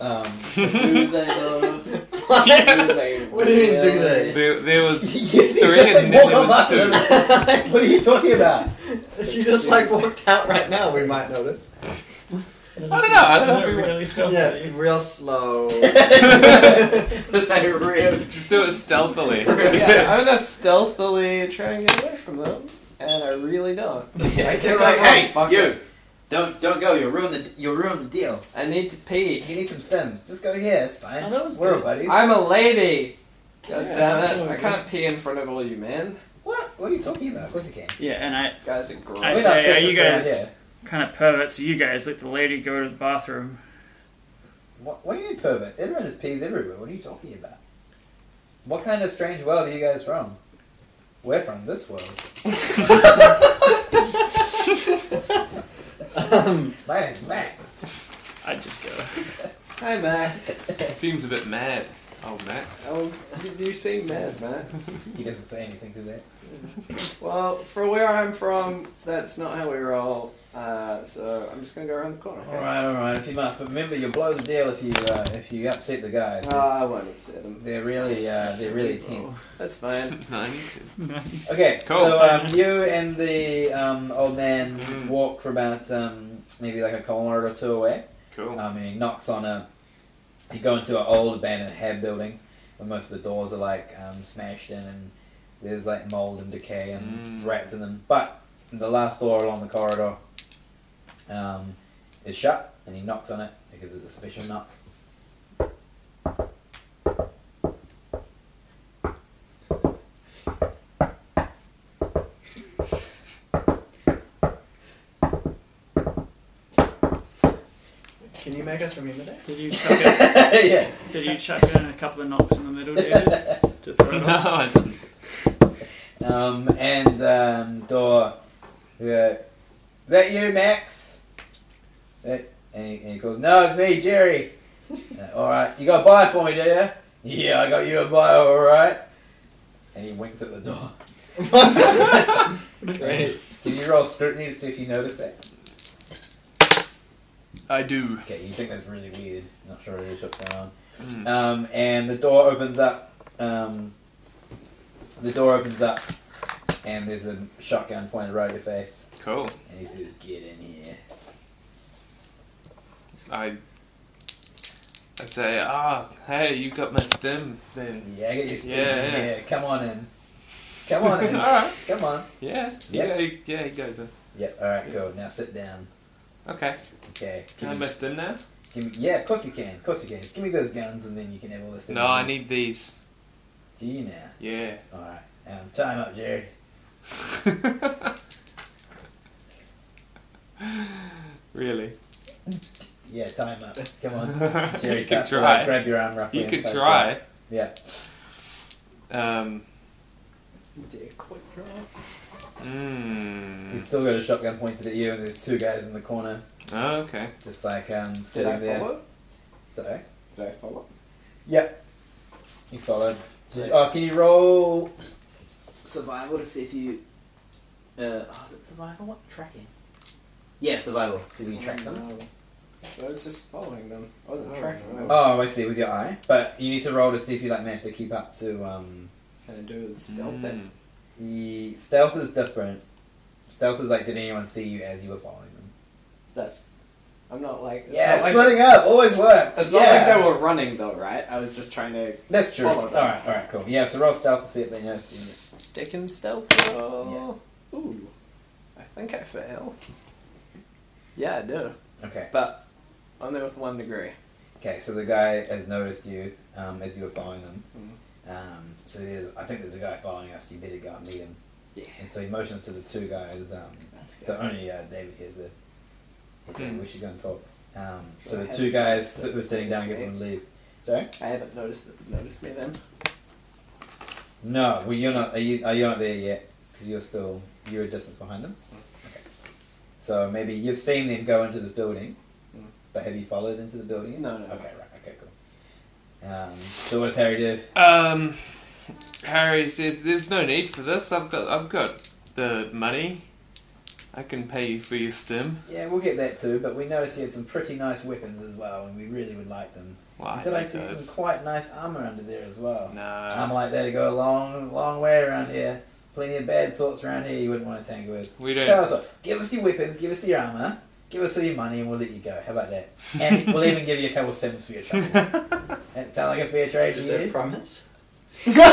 Speaker 2: Um.
Speaker 6: do they know? Do they
Speaker 3: What do you mean, do they?
Speaker 5: There, there was
Speaker 2: yes, he
Speaker 5: Three
Speaker 2: just,
Speaker 5: and
Speaker 2: like, walked
Speaker 5: then there
Speaker 2: up
Speaker 5: was
Speaker 2: after them. what are you talking about?
Speaker 3: If you just like walked out right now, we might notice.
Speaker 4: I don't
Speaker 5: know, I don't know if we
Speaker 4: really stuff
Speaker 3: Yeah,
Speaker 4: you.
Speaker 3: real slow.
Speaker 2: This guy's real.
Speaker 5: just do it stealthily.
Speaker 6: Yeah, I'm gonna stealthily try and get away from them, and I really don't.
Speaker 2: Yeah,
Speaker 6: think I'm wrong. Fuck it.
Speaker 2: Don't don't go. You'll ruin the you'll ruin the deal.
Speaker 6: I need to pee.
Speaker 2: You need some stems. Just go here. It's fine.
Speaker 4: Oh, that was
Speaker 2: We're
Speaker 4: good.
Speaker 2: buddies.
Speaker 6: I'm a lady. God
Speaker 4: Yeah,
Speaker 6: damn it!
Speaker 4: absolutely.
Speaker 6: I can't pee in front of all you men.
Speaker 2: What? What are you talking about? Of course you can.
Speaker 4: Yeah, and I
Speaker 6: Guys are
Speaker 4: I
Speaker 2: We're
Speaker 6: gross.
Speaker 2: not
Speaker 4: say, are you
Speaker 2: sexist around
Speaker 4: guys-
Speaker 2: here.
Speaker 4: kind of pervert, so you guys let the lady go to the bathroom.
Speaker 2: What, what are you pervert? Everyone just pees everywhere. What are you talking about? What kind of strange world are you guys from? We're from this world.
Speaker 3: um,
Speaker 2: My name's Max.
Speaker 4: I just go.
Speaker 6: Hi, Max.
Speaker 5: Seems a bit mad. Oh, Max.
Speaker 6: Oh, you seem mad, Max.
Speaker 2: He doesn't say anything to that.
Speaker 6: Well, for where I'm from, that's not how we roll. Uh, so I'm just gonna go around the corner. okay?
Speaker 2: All right, all right. If you must, but remember, you'll blow the deal if you uh, if you upset the guy.
Speaker 6: Oh, I won't upset him.
Speaker 2: They're really uh, they're really tense.
Speaker 6: That's fine.
Speaker 5: Ninety-two.
Speaker 2: Okay,
Speaker 5: Cool.
Speaker 2: so um, you and the um, old man
Speaker 5: Mm.
Speaker 2: walk for about um, maybe like a kilometer or two away.
Speaker 1: Cool.
Speaker 2: Um, and he knocks on a. You go into an old abandoned hab building, and most of the doors are like um, smashed in, and there's like mold and decay and
Speaker 5: Mm.
Speaker 2: rats in them. But the last door along the corridor um, is shut, and he knocks on it because it's a special knock.
Speaker 3: Can you make us remember that?
Speaker 4: Did you chuck it,
Speaker 2: yeah.
Speaker 4: did you chuck in a couple of knocks in the middle, dude? To throw it off?
Speaker 5: I didn't.
Speaker 2: Um, and um, door. Yeah. That you, Max? That, and, he, and he goes, No, it's me, Jerry. Uh, all right, you got a buy for me, do you? Yeah, I got you a buy. All right. And he winks at the door.
Speaker 6: Great.
Speaker 2: Can you roll scrutiny to see if you notice that?
Speaker 5: I do.
Speaker 2: Okay, you think that's really weird. Not sure really what's going on.
Speaker 5: Hmm.
Speaker 2: Um, and the door opens up. Um, the door opens up, and there's a shotgun pointed right at your face,
Speaker 5: Cool.
Speaker 2: and he says, "Get in here."
Speaker 5: I I say, ah, hey, you got my stim then.
Speaker 2: Yeah, get your skills in
Speaker 5: Yeah, yeah.
Speaker 2: here. Come on in. Come on in.
Speaker 5: Alright.
Speaker 2: Come on.
Speaker 5: Yeah.
Speaker 2: Yeah.
Speaker 5: Yeah. he- Yeah. He goes in.
Speaker 2: Yep. All right. Cool. Now sit down.
Speaker 5: Okay.
Speaker 2: Okay.
Speaker 5: Can I
Speaker 2: Give
Speaker 5: have my
Speaker 2: me,
Speaker 5: stim now?
Speaker 2: give me, yeah, of course you can. Of course you can. Give me those guns, and then you can have all this. stuff.
Speaker 5: No, I need these.
Speaker 2: Do you now?
Speaker 5: Yeah.
Speaker 2: All right. Um, time up, Jared.
Speaker 5: really?
Speaker 2: Yeah, time up. Come on. Jerry,
Speaker 5: you could
Speaker 2: start to,
Speaker 5: try.
Speaker 2: like, Grab your arm roughly.
Speaker 5: you
Speaker 2: and
Speaker 5: could
Speaker 2: close
Speaker 5: try.
Speaker 2: it. Yeah.
Speaker 5: Um.
Speaker 3: Dear quick draw.
Speaker 5: Mm, hmm.
Speaker 2: He's still got a shotgun pointed at you, and there's two guys in the corner,
Speaker 5: okay.
Speaker 2: just like um,
Speaker 3: Did
Speaker 2: sitting
Speaker 3: I
Speaker 2: there.
Speaker 3: follow?
Speaker 2: So,
Speaker 3: Did I follow?
Speaker 2: you followed. So,
Speaker 3: Yeah.
Speaker 2: oh, can you roll?
Speaker 6: Survival to see if you. Uh, oh, is it survival? What's tracking? Yeah, survival.
Speaker 2: So you can track them.
Speaker 3: No. I was Uh, just following them. I wasn't
Speaker 5: Oh,
Speaker 3: tracking
Speaker 5: no.
Speaker 3: them.
Speaker 2: Oh, I see. With your eye, but you need to roll to see if you like manage to keep up to. Um,
Speaker 3: Can I do the stealth
Speaker 2: Hmm.
Speaker 5: Hmm.
Speaker 3: thing?
Speaker 2: the stealth is different. Stealth is like, did anyone see you as you were following them?
Speaker 3: That's. I'm not like. It's
Speaker 2: yeah,
Speaker 3: not like
Speaker 2: splitting up always works.
Speaker 3: It's
Speaker 2: yeah.
Speaker 3: not like they were running though, right? I was just trying to
Speaker 2: That's true.
Speaker 3: follow
Speaker 2: All
Speaker 3: them.
Speaker 2: right, all right, cool. Yeah, so roll stealth to see if they notice
Speaker 3: stick in stealth. roll. Ooh, I think I fail. Yeah, I do,
Speaker 2: you. Okay.
Speaker 3: but only with one degree.
Speaker 2: Okay, so the guy has noticed you um, as you were following them.
Speaker 3: Mhm.
Speaker 2: Um, so there's, I think there's a guy following us. You better go and meet him.
Speaker 3: Yeah.
Speaker 2: And so he motions to the two guys. Um, so only uh, David hears this. Okay,
Speaker 5: Hmm.
Speaker 2: We should go and talk. Um, so
Speaker 3: Well,
Speaker 2: the
Speaker 3: I
Speaker 2: two
Speaker 3: haven't
Speaker 2: guys
Speaker 3: noticed it.
Speaker 2: were sitting down,
Speaker 3: Let's
Speaker 2: getting them to leave. Sorry?
Speaker 3: I haven't noticed it, noticed me then.
Speaker 2: No, well you're not. Are you? Are you not there yet? Because you're still you're a distance behind them. Okay. So maybe you've seen them go into the building,
Speaker 3: Mm.
Speaker 2: but have you followed into the building?
Speaker 3: No, no.
Speaker 2: Okay, right. Okay, cool. Um, so what does Harry do?
Speaker 5: Um, Harry says, "There's no need for this. I've got, I've got the money. I can pay you for your stim.
Speaker 2: Yeah, we'll get that too, but we noticed you had some pretty nice weapons as well, and we really would like them.
Speaker 5: Well, I
Speaker 2: Did I
Speaker 5: hate
Speaker 2: see Um, some
Speaker 5: those. Uh,
Speaker 2: quite nice armour under there as well? Armour
Speaker 5: No,
Speaker 2: like that to go a long, long way around here. Plenty of bad sorts around here you wouldn't want to tangle with.
Speaker 5: we
Speaker 2: Tell
Speaker 5: don't.
Speaker 2: us what, give us your weapons, give us your armour, give us all your money, and we'll let you go. How about that? And Um, we'll even give you a couple of stems for your trouble. that sound like a fair trade to you?
Speaker 3: promise?
Speaker 4: Maybe a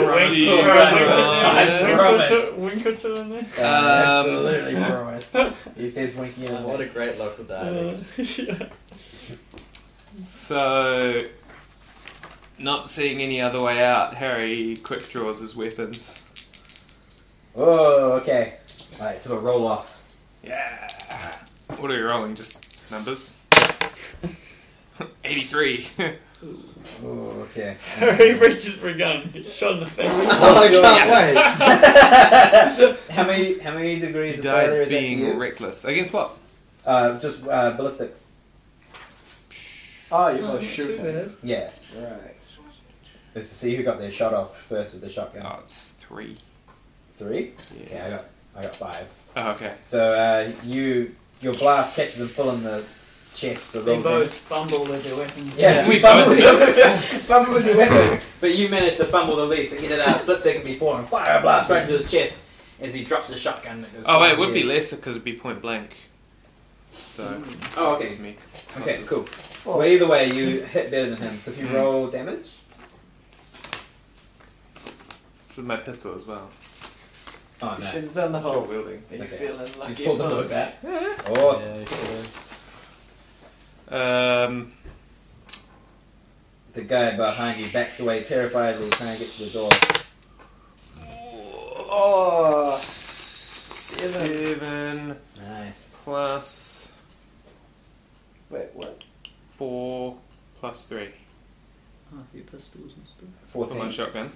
Speaker 4: wink
Speaker 5: Rosie.
Speaker 4: or
Speaker 5: Right.
Speaker 4: a wink or two in there.
Speaker 2: Uh,
Speaker 5: Um,
Speaker 2: absolutely promise. He says winky
Speaker 3: Oh,
Speaker 2: and
Speaker 7: What a great local dialect.
Speaker 4: Uh,
Speaker 5: So, not seeing any other way out, Harry quick draws his weapons.
Speaker 2: Oh, okay. Alright, so a roll off.
Speaker 5: Yeah. What are we rolling? Just numbers. Eighty-three.
Speaker 2: Oh, okay.
Speaker 4: Harry reaches for a gun and gets shot in the face.
Speaker 7: Oh, I can't wait.
Speaker 2: how many how many degrees of
Speaker 5: Died
Speaker 2: failure is that to
Speaker 5: being
Speaker 2: you?
Speaker 5: reckless against what?
Speaker 2: Uh, just uh, ballistics.
Speaker 3: Oh, you're
Speaker 4: Oh,
Speaker 3: both shooting.
Speaker 4: shoot
Speaker 2: Yeah,
Speaker 3: Right.
Speaker 2: it's to see who got their shot off first with the shotgun.
Speaker 5: Oh, it's three.
Speaker 2: Three.
Speaker 5: Yeah.
Speaker 2: Okay, I got I got five.
Speaker 5: Oh, okay.
Speaker 2: So uh, you your blast catches them full in the chest. So
Speaker 4: They
Speaker 2: roll
Speaker 4: both
Speaker 2: them.
Speaker 4: fumble with their weapons.
Speaker 2: Yeah,
Speaker 5: We
Speaker 2: fumble,
Speaker 5: both
Speaker 2: your, fumble with your weapon, but you managed to fumble the least and get it out a split second before and fire a blast right into his chest. as he drops the shotgun. That goes
Speaker 5: Oh, wait,
Speaker 2: through
Speaker 5: it would be
Speaker 2: the head.
Speaker 5: lesser because it'd be point blank. So.
Speaker 2: Oh, okay.
Speaker 5: Me.
Speaker 2: Okay,
Speaker 5: Classes.
Speaker 2: cool. Well, either way, you hit better than him. So if you
Speaker 5: Mm.
Speaker 2: roll damage,
Speaker 5: This is my pistol as well.
Speaker 2: oh
Speaker 6: You
Speaker 2: no,
Speaker 6: should have done the
Speaker 5: Dual
Speaker 6: whole.
Speaker 5: wielding.
Speaker 6: Are you
Speaker 2: Okay.
Speaker 6: feeling
Speaker 2: you
Speaker 6: lucky?
Speaker 2: pulled the bow
Speaker 6: bug?
Speaker 2: back.
Speaker 7: Yeah,
Speaker 2: Awesome.
Speaker 7: sure.
Speaker 5: Um,
Speaker 2: The guy behind you backs away terrifiedly, trying to get to the door.
Speaker 6: Oh,
Speaker 5: seven. seven
Speaker 2: Nice.
Speaker 5: plus
Speaker 6: wait, what?
Speaker 5: four plus three.
Speaker 4: Half your pistols and stuff.
Speaker 5: With my
Speaker 2: Fourteen.
Speaker 5: shotgun.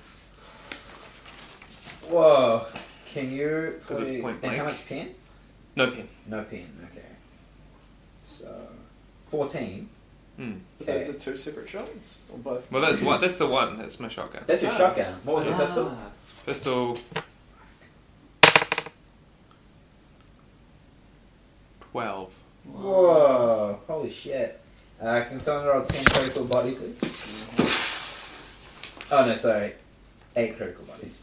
Speaker 2: Whoa. Can you?
Speaker 5: 'Cause it's point
Speaker 2: and how
Speaker 5: blank.
Speaker 2: much pen?
Speaker 5: No pin.
Speaker 2: No pen. Okay. So fourteen.
Speaker 5: Hmm.
Speaker 6: Those
Speaker 2: Okay.
Speaker 6: are two separate shots? Or both?
Speaker 5: Well, that's what. That's the one. That's my shotgun.
Speaker 2: That's your
Speaker 6: Ah.
Speaker 2: shotgun. What was the
Speaker 6: Ah.
Speaker 2: pistol?
Speaker 5: Pistol. Twelve.
Speaker 2: Whoa! Holy shit! Uh, can someone roll ten critical body, please? Oh no, sorry, eight critical bodies.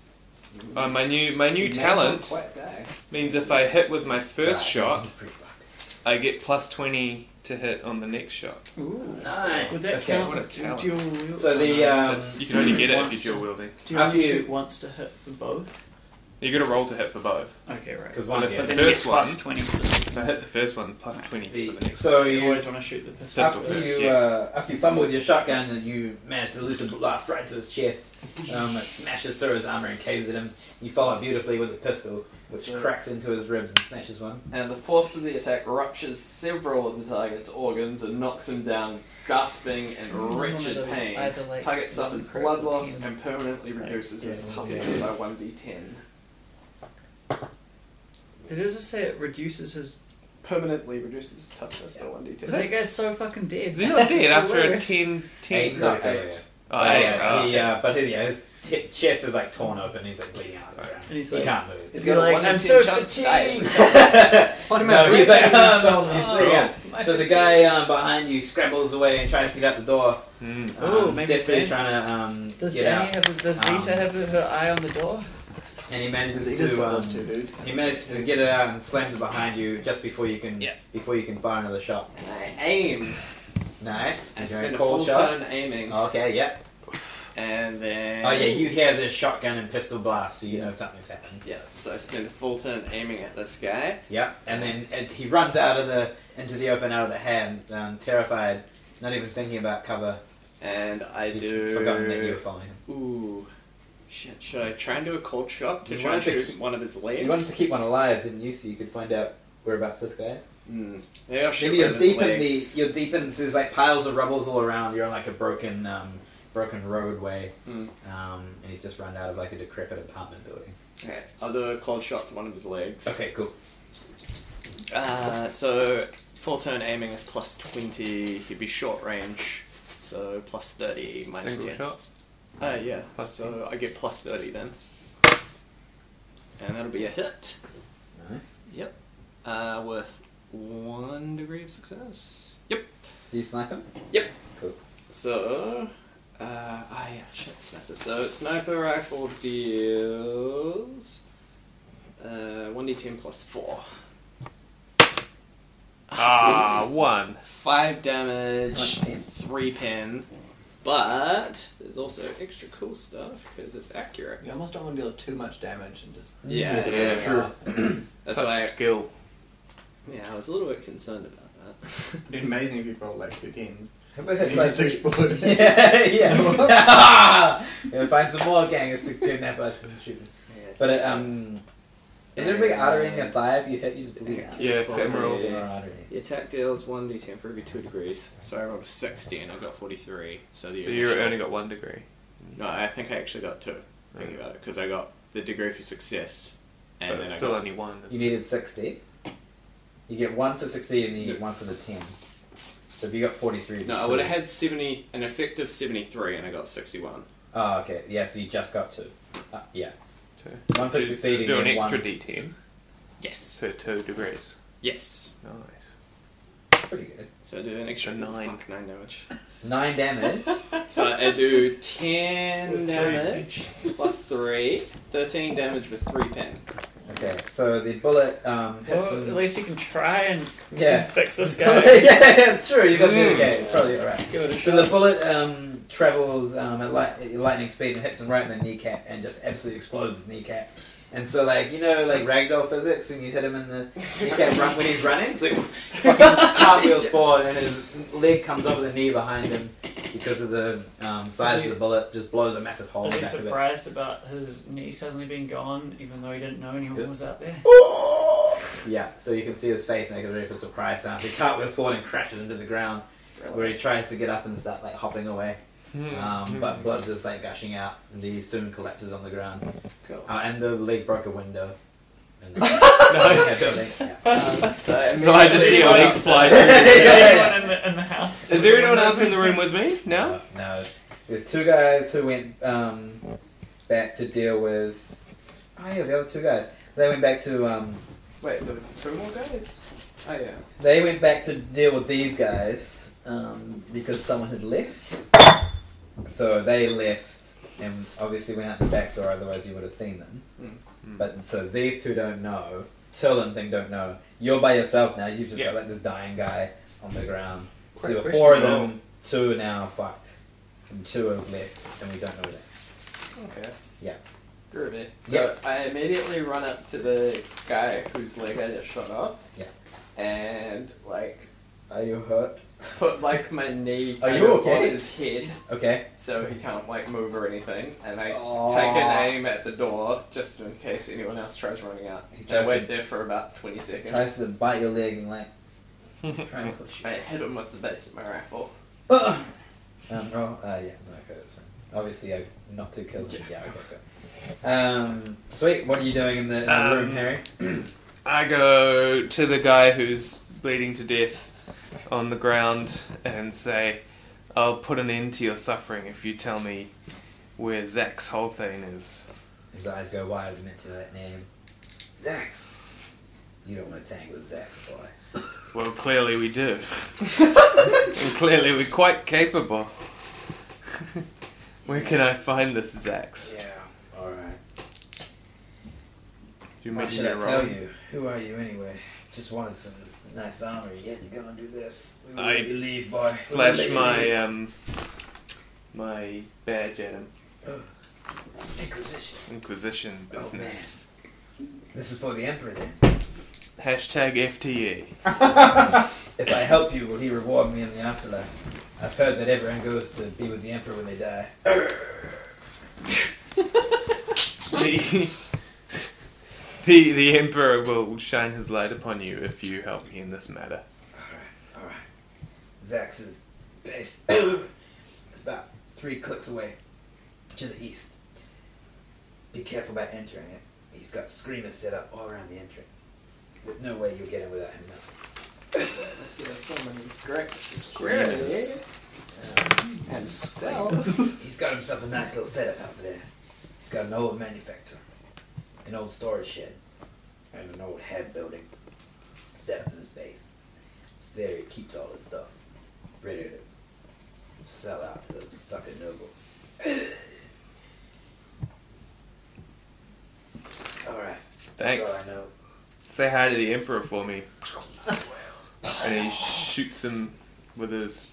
Speaker 5: Uh, my new my new talent
Speaker 6: Quite day.
Speaker 5: means if I hit with my first
Speaker 2: Sorry,
Speaker 5: shot,
Speaker 2: pretty fucked.
Speaker 5: I get plus twenty to hit on the next shot.
Speaker 6: Ooh.
Speaker 2: Ah, Nice.
Speaker 4: Would that
Speaker 2: okay.
Speaker 4: count
Speaker 5: what a
Speaker 4: as
Speaker 5: talent.
Speaker 4: dual wield?
Speaker 2: So the
Speaker 6: uh,
Speaker 2: um,
Speaker 5: That's, you can only get it if
Speaker 4: Once.
Speaker 5: you're dual wielding.
Speaker 4: Do you only
Speaker 2: Have you-
Speaker 4: shoot once to hit for both?
Speaker 5: You got to roll to hit for both.
Speaker 4: Okay, right.
Speaker 2: 'Cause
Speaker 4: But
Speaker 2: one
Speaker 5: But if
Speaker 2: hit.
Speaker 5: the
Speaker 4: then you get
Speaker 5: first one,
Speaker 4: plus 20 for the second
Speaker 5: if I hit the first one, plus twenty
Speaker 2: The-
Speaker 5: for the next.
Speaker 2: so
Speaker 4: You
Speaker 2: you
Speaker 4: always want to shoot the pistol
Speaker 5: Pistol
Speaker 2: after
Speaker 4: first.
Speaker 2: you
Speaker 5: yeah.
Speaker 2: uh, after you fumble with your shotgun and you manage to loose a blast right to his chest, um, it smashes through his armor and caves at him. You follow beautifully with a pistol, which
Speaker 6: So-
Speaker 2: cracks into his ribs and snatches one.
Speaker 6: And uh, the force of the attack ruptures several of the target's organs and knocks him down, gasping in wretched pain. Target suffers blood loss and permanently reduces his toughness by 1d10.
Speaker 4: Did it just say it reduces his.
Speaker 6: Permanently reduces his toughness by 1d10.
Speaker 4: That guy's so fucking dead.
Speaker 5: Is he not dead
Speaker 4: It's
Speaker 5: after a
Speaker 4: hilarious.
Speaker 5: 10, 10?
Speaker 2: Eight
Speaker 6: no,
Speaker 2: critical,
Speaker 6: eight.
Speaker 2: yeah.
Speaker 5: Oh,
Speaker 2: yeah,
Speaker 5: eight,
Speaker 2: yeah,
Speaker 5: oh.
Speaker 2: he, uh, but his, yeah, his t- chest is like torn open. He's like bleeding out of the ground.
Speaker 4: And he's
Speaker 2: he
Speaker 4: like-
Speaker 2: can't move.
Speaker 6: He's
Speaker 4: You're
Speaker 6: got a
Speaker 4: like,
Speaker 6: 1 in
Speaker 4: I'm
Speaker 6: 10
Speaker 4: so
Speaker 6: chance to die.
Speaker 4: fatigued.
Speaker 2: no, he's like, um,
Speaker 4: Oh,
Speaker 2: yeah.
Speaker 4: my
Speaker 2: So the
Speaker 4: pistol.
Speaker 2: guy um, behind you scrambles away and tries to get out the door.
Speaker 5: Hmm.
Speaker 2: Um,
Speaker 4: Ooh, maybe
Speaker 2: desperately
Speaker 4: Dan-
Speaker 2: trying to um,
Speaker 4: Does
Speaker 2: get
Speaker 4: Danny
Speaker 2: out,
Speaker 4: have his, does
Speaker 2: Um,
Speaker 4: Zeta have her eye on the door?
Speaker 2: and he manages
Speaker 3: He just
Speaker 2: to
Speaker 3: got those
Speaker 2: um,
Speaker 3: two dudes.
Speaker 2: he manages to get it out and slams it behind you just before you can
Speaker 4: Yeah.
Speaker 2: before you can fire another shot.
Speaker 6: And I aim.
Speaker 2: Nice.
Speaker 6: I
Speaker 2: You're
Speaker 6: spend
Speaker 2: going
Speaker 6: a
Speaker 2: cold
Speaker 6: full
Speaker 2: shot.
Speaker 6: turn aiming.
Speaker 2: Okay. Yep.
Speaker 6: And then.
Speaker 2: Oh yeah. You hear the shotgun and pistol blast, so you know something's happened.
Speaker 6: Yeah, so I spend a full turn aiming at this guy.
Speaker 2: Yep. And then it, he runs out of the into the open, out of the hand, um, terrified, not even thinking about cover.
Speaker 6: And I
Speaker 2: He's
Speaker 6: do.
Speaker 2: forgotten that you were following him.
Speaker 6: Ooh. Shit, should I try and do a cold shot to
Speaker 2: You
Speaker 6: try and
Speaker 2: wanted to-
Speaker 6: shoot one of his legs?
Speaker 2: You wanted to keep one alive, didn't you? So you could find out whereabouts this guy. is?
Speaker 6: Hmm. Maybe I'll shoot
Speaker 2: Maybe
Speaker 6: one
Speaker 2: you're
Speaker 6: of his
Speaker 2: deep in the
Speaker 6: legs.
Speaker 2: you're deep in there's like piles of rubbles all around. You're on like a broken um, broken roadway,
Speaker 6: Mm.
Speaker 2: um, and he's just run out of like a decrepit apartment building.
Speaker 6: Okay, I'll do a cold shot to one of his legs.
Speaker 2: Okay, cool.
Speaker 6: Uh, so full turn aiming is plus twenty. He'd be short range, so plus thirty minus
Speaker 5: Single
Speaker 6: ten.
Speaker 5: shot?
Speaker 6: Uh, yeah.
Speaker 5: Plus
Speaker 6: so I get plus thirty then, and that'll be a hit.
Speaker 2: Nice.
Speaker 6: Yep. Uh, with one degree of success. Yep.
Speaker 2: Do you snipe him?
Speaker 6: So, uh, ah, yeah, shit, sniper. So sniper rifle deals uh one d ten plus four.
Speaker 5: Ah, one.
Speaker 6: Five
Speaker 2: Punch
Speaker 6: damage,
Speaker 2: him.
Speaker 6: three pin, but there's also extra cool stuff because it's accurate.
Speaker 3: You almost don't want to deal too much damage and just.
Speaker 6: Yeah,
Speaker 5: Yeah,
Speaker 6: yeah,
Speaker 5: sure.
Speaker 6: That's
Speaker 5: Such
Speaker 6: why.
Speaker 5: skill.
Speaker 6: I, yeah, I was a little bit concerned about that.
Speaker 3: It'd be amazing if you rolled like two tens.
Speaker 2: How about
Speaker 3: And
Speaker 2: if
Speaker 3: you
Speaker 2: like-
Speaker 3: just exploded.
Speaker 2: yeah, yeah. Gonna find some more gangers to kidnap us and shoot. them.
Speaker 6: Yeah, it's-
Speaker 2: But it, um, is there a big artery in your thigh? If you hit, you just bleed. out.
Speaker 5: Yeah, femoral.
Speaker 2: Femoral artery.
Speaker 6: the attack deals one d10 for every two degrees. So I rolled a sixty and I got forty-three. So the
Speaker 5: So you
Speaker 6: initial-
Speaker 5: only got one degree.
Speaker 6: no, I think I actually got two. Thinking about it, because I got the degree for success, and
Speaker 5: But
Speaker 6: then
Speaker 5: it's
Speaker 6: I
Speaker 5: still
Speaker 6: got
Speaker 5: only one.
Speaker 2: You needed sixty. You get one for sixty, and then you get one for the ten. So if you got forty-three.
Speaker 6: no, I would have had seventy, an effective seventy-three, and I got sixty-one.
Speaker 2: Oh, okay. Yeah, so you just got two. Uh, yeah.
Speaker 5: Two.
Speaker 2: One for
Speaker 5: So you
Speaker 2: succeeding
Speaker 5: Do an
Speaker 2: and
Speaker 5: extra
Speaker 2: one.
Speaker 5: d10
Speaker 6: Yes.
Speaker 5: per two degrees.
Speaker 6: Yes.
Speaker 5: Nice.
Speaker 2: Pretty good.
Speaker 6: So I do an extra
Speaker 5: So nine.
Speaker 6: fuck, nine damage.
Speaker 2: Nine damage.
Speaker 6: So I do 10
Speaker 5: With three.
Speaker 6: damage plus 3, 13 damage with 3 pen.
Speaker 2: Okay, so the bullet um, hits
Speaker 4: Well, at
Speaker 2: him.
Speaker 4: least you can try and
Speaker 2: Yeah.
Speaker 4: fix this
Speaker 2: yeah,
Speaker 4: guy.
Speaker 2: it's true. You got to mitigate. It's probably all right.
Speaker 4: Give it a
Speaker 2: So the
Speaker 4: shot.
Speaker 2: bullet um, travels um, at, light, at lightning speed and hits him right in the kneecap and just absolutely explodes his kneecap. And so, like you know, like ragdoll physics, when you hit him in the kneecap run, when he's running, it's like fucking cartwheels forward and his leg comes over the knee behind him because of the um, size
Speaker 4: he-
Speaker 2: of the bullet, just blows a massive hole.
Speaker 4: Was
Speaker 2: in
Speaker 4: he
Speaker 2: the back of it.
Speaker 4: surprised about his knee suddenly being gone, even though he didn't know anyone
Speaker 2: Yeah.
Speaker 4: was out there?
Speaker 2: Yeah, so you can see his face make a really good surprise sound. He cartwheels forward and crashes into the ground, where he tries to get up and start like hopping away,
Speaker 5: Hmm, Mm.
Speaker 2: um, but blood's just like gushing out, and he soon collapses on the ground.
Speaker 6: Cool.
Speaker 2: Uh, and the leg broke a window. And the
Speaker 5: Nice.
Speaker 2: Yeah.
Speaker 6: So, I
Speaker 5: So I just see a leg fly through.
Speaker 4: Is
Speaker 2: Yeah,
Speaker 5: the-
Speaker 2: yeah,
Speaker 4: there
Speaker 2: yeah.
Speaker 4: anyone in the, in the house?
Speaker 5: Is there anyone else in the room with me? No.
Speaker 2: Uh, no, there's two guys who went um, back to deal with. Oh yeah, the other two guys. They went back to um,
Speaker 6: Wait, there were two more guys? Oh, yeah.
Speaker 2: They went back to deal with these guys um, because someone had left. So they left and obviously went out the back door, otherwise you would have seen them.
Speaker 5: Mm.
Speaker 2: But so these two don't know. Till and thing don't know. You're by yourself now. You've just
Speaker 5: Yeah.
Speaker 2: got like this dying guy on the ground. So
Speaker 7: Quick
Speaker 2: there were four of
Speaker 5: question.
Speaker 2: them. Two are now fucked, and two have left, and we don't know that.
Speaker 6: Okay.
Speaker 2: Yeah.
Speaker 6: Groovy. So I immediately run up to the guy whose leg I just shot off.
Speaker 2: Yeah.
Speaker 6: And, like,
Speaker 2: Are you hurt?
Speaker 6: put, like, my knee
Speaker 2: Are
Speaker 6: kind
Speaker 2: you
Speaker 6: of
Speaker 2: okay?
Speaker 6: on his head
Speaker 2: Okay.
Speaker 6: so he can't, like, move or anything. And I
Speaker 2: Aw.
Speaker 6: take an aim at the door just in case anyone else tries running out.
Speaker 2: He
Speaker 6: And I
Speaker 2: tries
Speaker 6: wait
Speaker 2: to,
Speaker 6: there for about 20 seconds.
Speaker 2: tries to bite your leg and like try and push you.
Speaker 6: I hit him with the base of my rifle.
Speaker 2: um, roll. Uh, yeah, no, okay, that's fine. Obviously, I, not to kill them. Yeah, okay, cool. Um, sweet. What are you doing in the, in the
Speaker 5: Um,
Speaker 2: room, Harry?
Speaker 5: I go to the guy who's bleeding to death on the ground and say, I'll put an end to your suffering if you tell me where Zach's whole thing is.
Speaker 2: His eyes go wide as he mentions that name. Zax. You don't want to tangle with Zax, boy.
Speaker 5: Well, clearly we do. and clearly we're quite capable. where can I find this Zax?
Speaker 2: Yeah. All right.
Speaker 5: You
Speaker 2: What
Speaker 5: mentioned
Speaker 2: should I
Speaker 5: it
Speaker 2: tell
Speaker 5: wrong.
Speaker 2: you? Who are you anyway? Just wanted some nice armor. You had to go and do this. We won't
Speaker 5: I
Speaker 2: let you leave, boy. We won't let
Speaker 5: Flash
Speaker 2: you
Speaker 5: my
Speaker 2: leave.
Speaker 5: um, my badge at him.
Speaker 2: Inquisition.
Speaker 5: Inquisition
Speaker 2: Oh,
Speaker 5: business.
Speaker 2: This is for the Emperor then.
Speaker 5: Hashtag E. FTE.
Speaker 2: If I help you, will he reward me in the afterlife? I've heard that everyone goes to be with the emperor when they die.
Speaker 5: the, the the emperor will shine his light upon you if you help me in this matter.
Speaker 2: Zax's base is about three clicks away to the east. Be careful about entering it. He's got screamers set up all around the entrance. There's no way you'll get in without him. Now.
Speaker 6: This is someone who's great.
Speaker 5: Screamers.
Speaker 6: And stealth.
Speaker 2: He's got himself a nice little setup out there. He's got an old manufacturer, an old storage shed, and an old head building set up as his base. It's there he keeps all his stuff, ready to sell out to those sucker nobles. Alright,
Speaker 5: Thanks.
Speaker 2: that's all I know.
Speaker 5: Say hi to the emperor for me. And he shoots him with his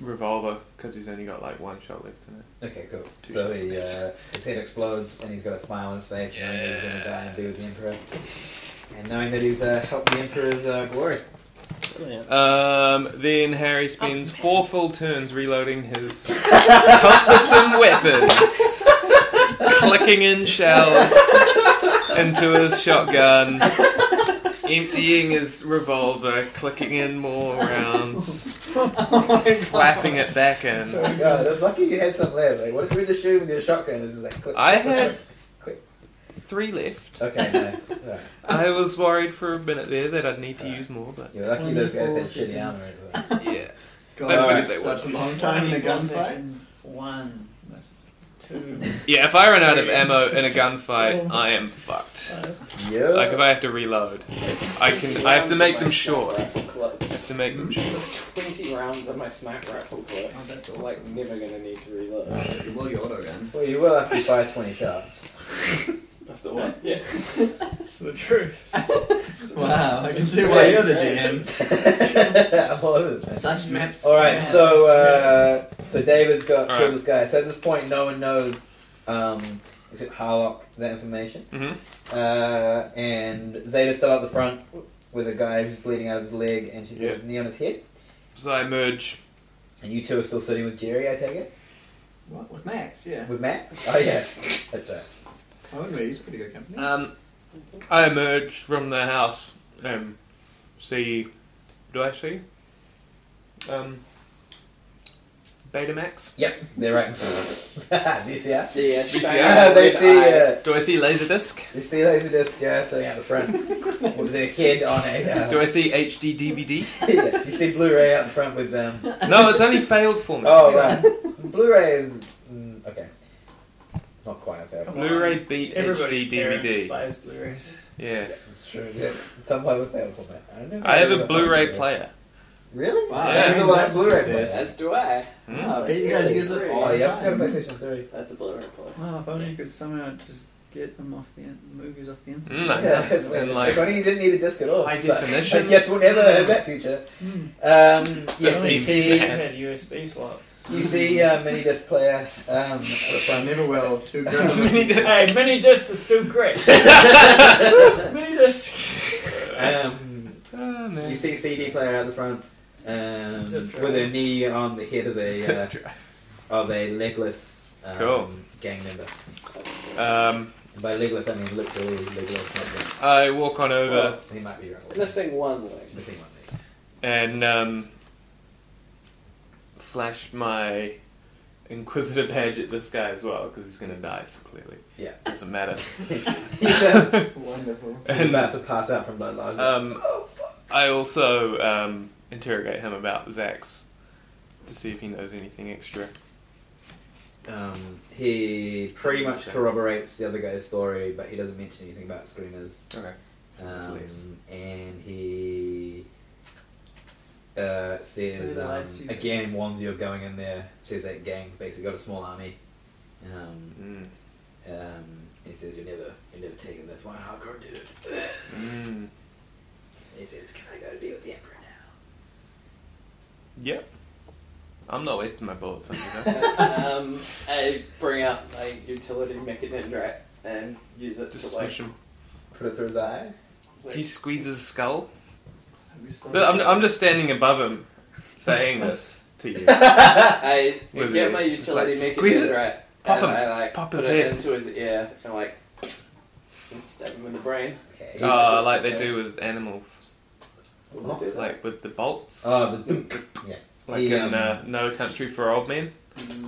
Speaker 5: revolver because he's only got like one shot left in it.
Speaker 2: Okay, cool.
Speaker 5: Two
Speaker 2: so
Speaker 5: shots.
Speaker 2: he, uh, his head explodes and he's got a smile on his face and
Speaker 5: Yeah.
Speaker 2: knowing that he's going to die and be with the Emperor. And knowing that he's uh, helped the Emperor's uh, glory.
Speaker 5: Um, then Harry spends four full turns reloading his cumbersome weapons, clicking in shells into his shotgun, emptying his revolver, clicking in more rounds, clapping it back in.
Speaker 2: Oh my god, that's lucky you had some left. Like, what if we just shoot him with your shotgun? It's just like, click,
Speaker 5: I
Speaker 2: click, click,
Speaker 5: had
Speaker 2: Quick.
Speaker 5: three left.
Speaker 2: click. Okay, nice. Alright.
Speaker 5: I was worried for a minute there that I'd need to use more, but
Speaker 2: You're lucky those guys had
Speaker 4: 24
Speaker 2: shitty armor
Speaker 4: seconds.
Speaker 2: as well.
Speaker 5: yeah.
Speaker 3: God,
Speaker 5: I figured
Speaker 3: that's
Speaker 5: they
Speaker 3: such a
Speaker 5: would.
Speaker 3: long time in a
Speaker 4: 24
Speaker 3: gunfight.
Speaker 4: seconds. One. That's two.
Speaker 5: Yeah, if I run out of ammo in a gunfight, I am fucked.
Speaker 4: five.
Speaker 2: Yeah.
Speaker 5: Like if I have to reload, I can. I have to make them short. I
Speaker 6: Rifle
Speaker 5: have
Speaker 6: clips.
Speaker 5: to make them short.
Speaker 6: Twenty rounds of my sniper rifle clips.
Speaker 4: Oh, that's
Speaker 6: Like never gonna need to reload.
Speaker 7: Well, your auto gun.
Speaker 2: Well, you will have to fire 20 shots.
Speaker 6: After
Speaker 4: what?
Speaker 6: Yeah.
Speaker 4: It's the truth.
Speaker 3: Wow, I can see why you're the GM.
Speaker 2: I'm all over this, man.
Speaker 3: Such maps.
Speaker 2: All right, so uh, so David's got
Speaker 5: All
Speaker 2: killed
Speaker 5: right.
Speaker 2: this guy. So at this point, no one knows, um, except Harlock, that information.
Speaker 5: Mhm.
Speaker 2: Uh, and Zeta's still at the front with a guy who's bleeding out of his leg, and she's
Speaker 5: Yeah.
Speaker 2: got a knee on his head.
Speaker 5: So I merge.
Speaker 2: And you two are still sitting with Jerry, I take it,
Speaker 3: What with Max? Yeah,
Speaker 2: with Matt. Oh yeah, that's right.
Speaker 3: I wouldn't really. He's pretty good company.
Speaker 2: Uh,
Speaker 5: Um, I emerge from the house and see. Do I see? Um, Betamax.
Speaker 2: Yep, they're right. in front of them. they see us.
Speaker 6: See, uh,
Speaker 5: see,
Speaker 6: shiny
Speaker 5: uh,
Speaker 2: Ah, they
Speaker 6: red
Speaker 2: see.
Speaker 6: eye.
Speaker 2: Uh,
Speaker 5: Do I see Laserdisc?
Speaker 2: they see Laserdisc guy sitting at the front with their kid on a. Uh,
Speaker 5: Do I see HD DVD?
Speaker 2: yeah, you see Blu-ray out the front with um, them.
Speaker 5: no, it's only failed for me.
Speaker 2: Oh, right. Blu-ray is mm, okay. Not quite a fair.
Speaker 4: Come on.
Speaker 5: Blu-ray beat
Speaker 4: Everybody's
Speaker 5: HD
Speaker 4: parents
Speaker 5: DVD.
Speaker 4: buys Blu-rays.
Speaker 5: Yeah,
Speaker 2: It's true. Yeah, someone with that format. I don't know. if
Speaker 5: I have a
Speaker 2: ever-
Speaker 5: Blu-ray player.
Speaker 2: Really?
Speaker 3: Wow,
Speaker 5: Yeah.
Speaker 2: You
Speaker 3: that means
Speaker 2: like
Speaker 3: that's a
Speaker 2: Blu-ray
Speaker 3: success.
Speaker 2: player?
Speaker 6: As do I.
Speaker 5: Hmm?
Speaker 3: Wow, I bet you guys use it all
Speaker 2: Oh,
Speaker 3: the
Speaker 2: yeah, I've got a
Speaker 3: time.
Speaker 2: PlayStation Three.
Speaker 6: That's a Blu-ray player.
Speaker 4: Wow, if only you could somehow just get them off the in- movies off the internet.
Speaker 5: Mm, I know.
Speaker 2: Yeah, it's
Speaker 5: and
Speaker 2: weird.
Speaker 5: like
Speaker 2: If only you didn't need a disc at all.
Speaker 5: high
Speaker 2: but
Speaker 5: definition.
Speaker 2: I guess we'll never have that future.
Speaker 4: Mm.
Speaker 2: Um, yes,
Speaker 5: Only
Speaker 2: you
Speaker 4: They just
Speaker 2: see,
Speaker 4: had USB slots.
Speaker 2: you see uh, mini disc player. Um, at the
Speaker 3: But I
Speaker 2: front.
Speaker 3: never will. Too
Speaker 5: Mini
Speaker 3: good.
Speaker 5: disc.
Speaker 4: Hey, mini disc is still great. mini disc.
Speaker 2: um,
Speaker 5: Oh, man.
Speaker 2: you see CD player out the front. Um,
Speaker 4: Zip drive.
Speaker 2: with a knee on the head of a uh,
Speaker 5: Zip drive.
Speaker 2: of a legless um,
Speaker 5: Cool.
Speaker 2: gang member. uh,
Speaker 5: Um,
Speaker 2: And by legless, I mean literally legless. Not just,
Speaker 5: I walk on over
Speaker 6: Well,
Speaker 2: he might be right.
Speaker 6: Missing one leg.
Speaker 2: Missing one leg.
Speaker 5: and um, flash my Inquisitor badge at this guy as well because he's gonna die. So clearly,
Speaker 2: Yeah.
Speaker 5: doesn't matter.
Speaker 2: He's, uh,
Speaker 3: Wonderful.
Speaker 2: he's
Speaker 5: and
Speaker 2: about to pass out from blood loss.
Speaker 5: um,
Speaker 6: Oh,
Speaker 5: I also um, interrogate him about Zax to see if he knows anything extra.
Speaker 2: Um, he pretty much corroborates the other guy's story, but he doesn't mention anything about screamers.
Speaker 5: Okay.
Speaker 2: Um,
Speaker 5: Please.
Speaker 2: and he uh,
Speaker 4: So he
Speaker 2: says
Speaker 4: lies to
Speaker 2: um,
Speaker 4: you.
Speaker 2: again, warns you of going in there. Says that gang's basically got a small army. Um,
Speaker 5: Mm.
Speaker 2: um, he says you're never you're never taken. That's why hardcore dude.
Speaker 5: Mm.
Speaker 2: He says, "Can I go to be with the emperor now?"
Speaker 5: Yep. I'm not wasting my bullets on you. though.
Speaker 6: um, I bring out my utility mechadendrite and use it
Speaker 5: Just
Speaker 6: to like,
Speaker 5: smash him.
Speaker 2: Put it through his eye.
Speaker 6: like
Speaker 5: He squeezes his skull. But I'm, I'm just standing above him, saying this to you.
Speaker 6: I
Speaker 5: With
Speaker 6: get
Speaker 5: it.
Speaker 6: my
Speaker 5: It's
Speaker 6: utility
Speaker 5: like, squeeze it.
Speaker 6: mechadendrite
Speaker 5: Pop
Speaker 6: and
Speaker 5: him.
Speaker 6: I like
Speaker 5: Pop
Speaker 6: put
Speaker 5: his
Speaker 6: it
Speaker 5: head.
Speaker 6: into his ear and like and stab him in the brain.
Speaker 2: Okay.
Speaker 5: Uh, like they do with animals,
Speaker 6: We'll do that.
Speaker 5: Oh, like with the bolts,
Speaker 2: Oh, the yeah.
Speaker 5: like
Speaker 2: he,
Speaker 5: in
Speaker 2: um,
Speaker 5: uh, No Country for Old Men.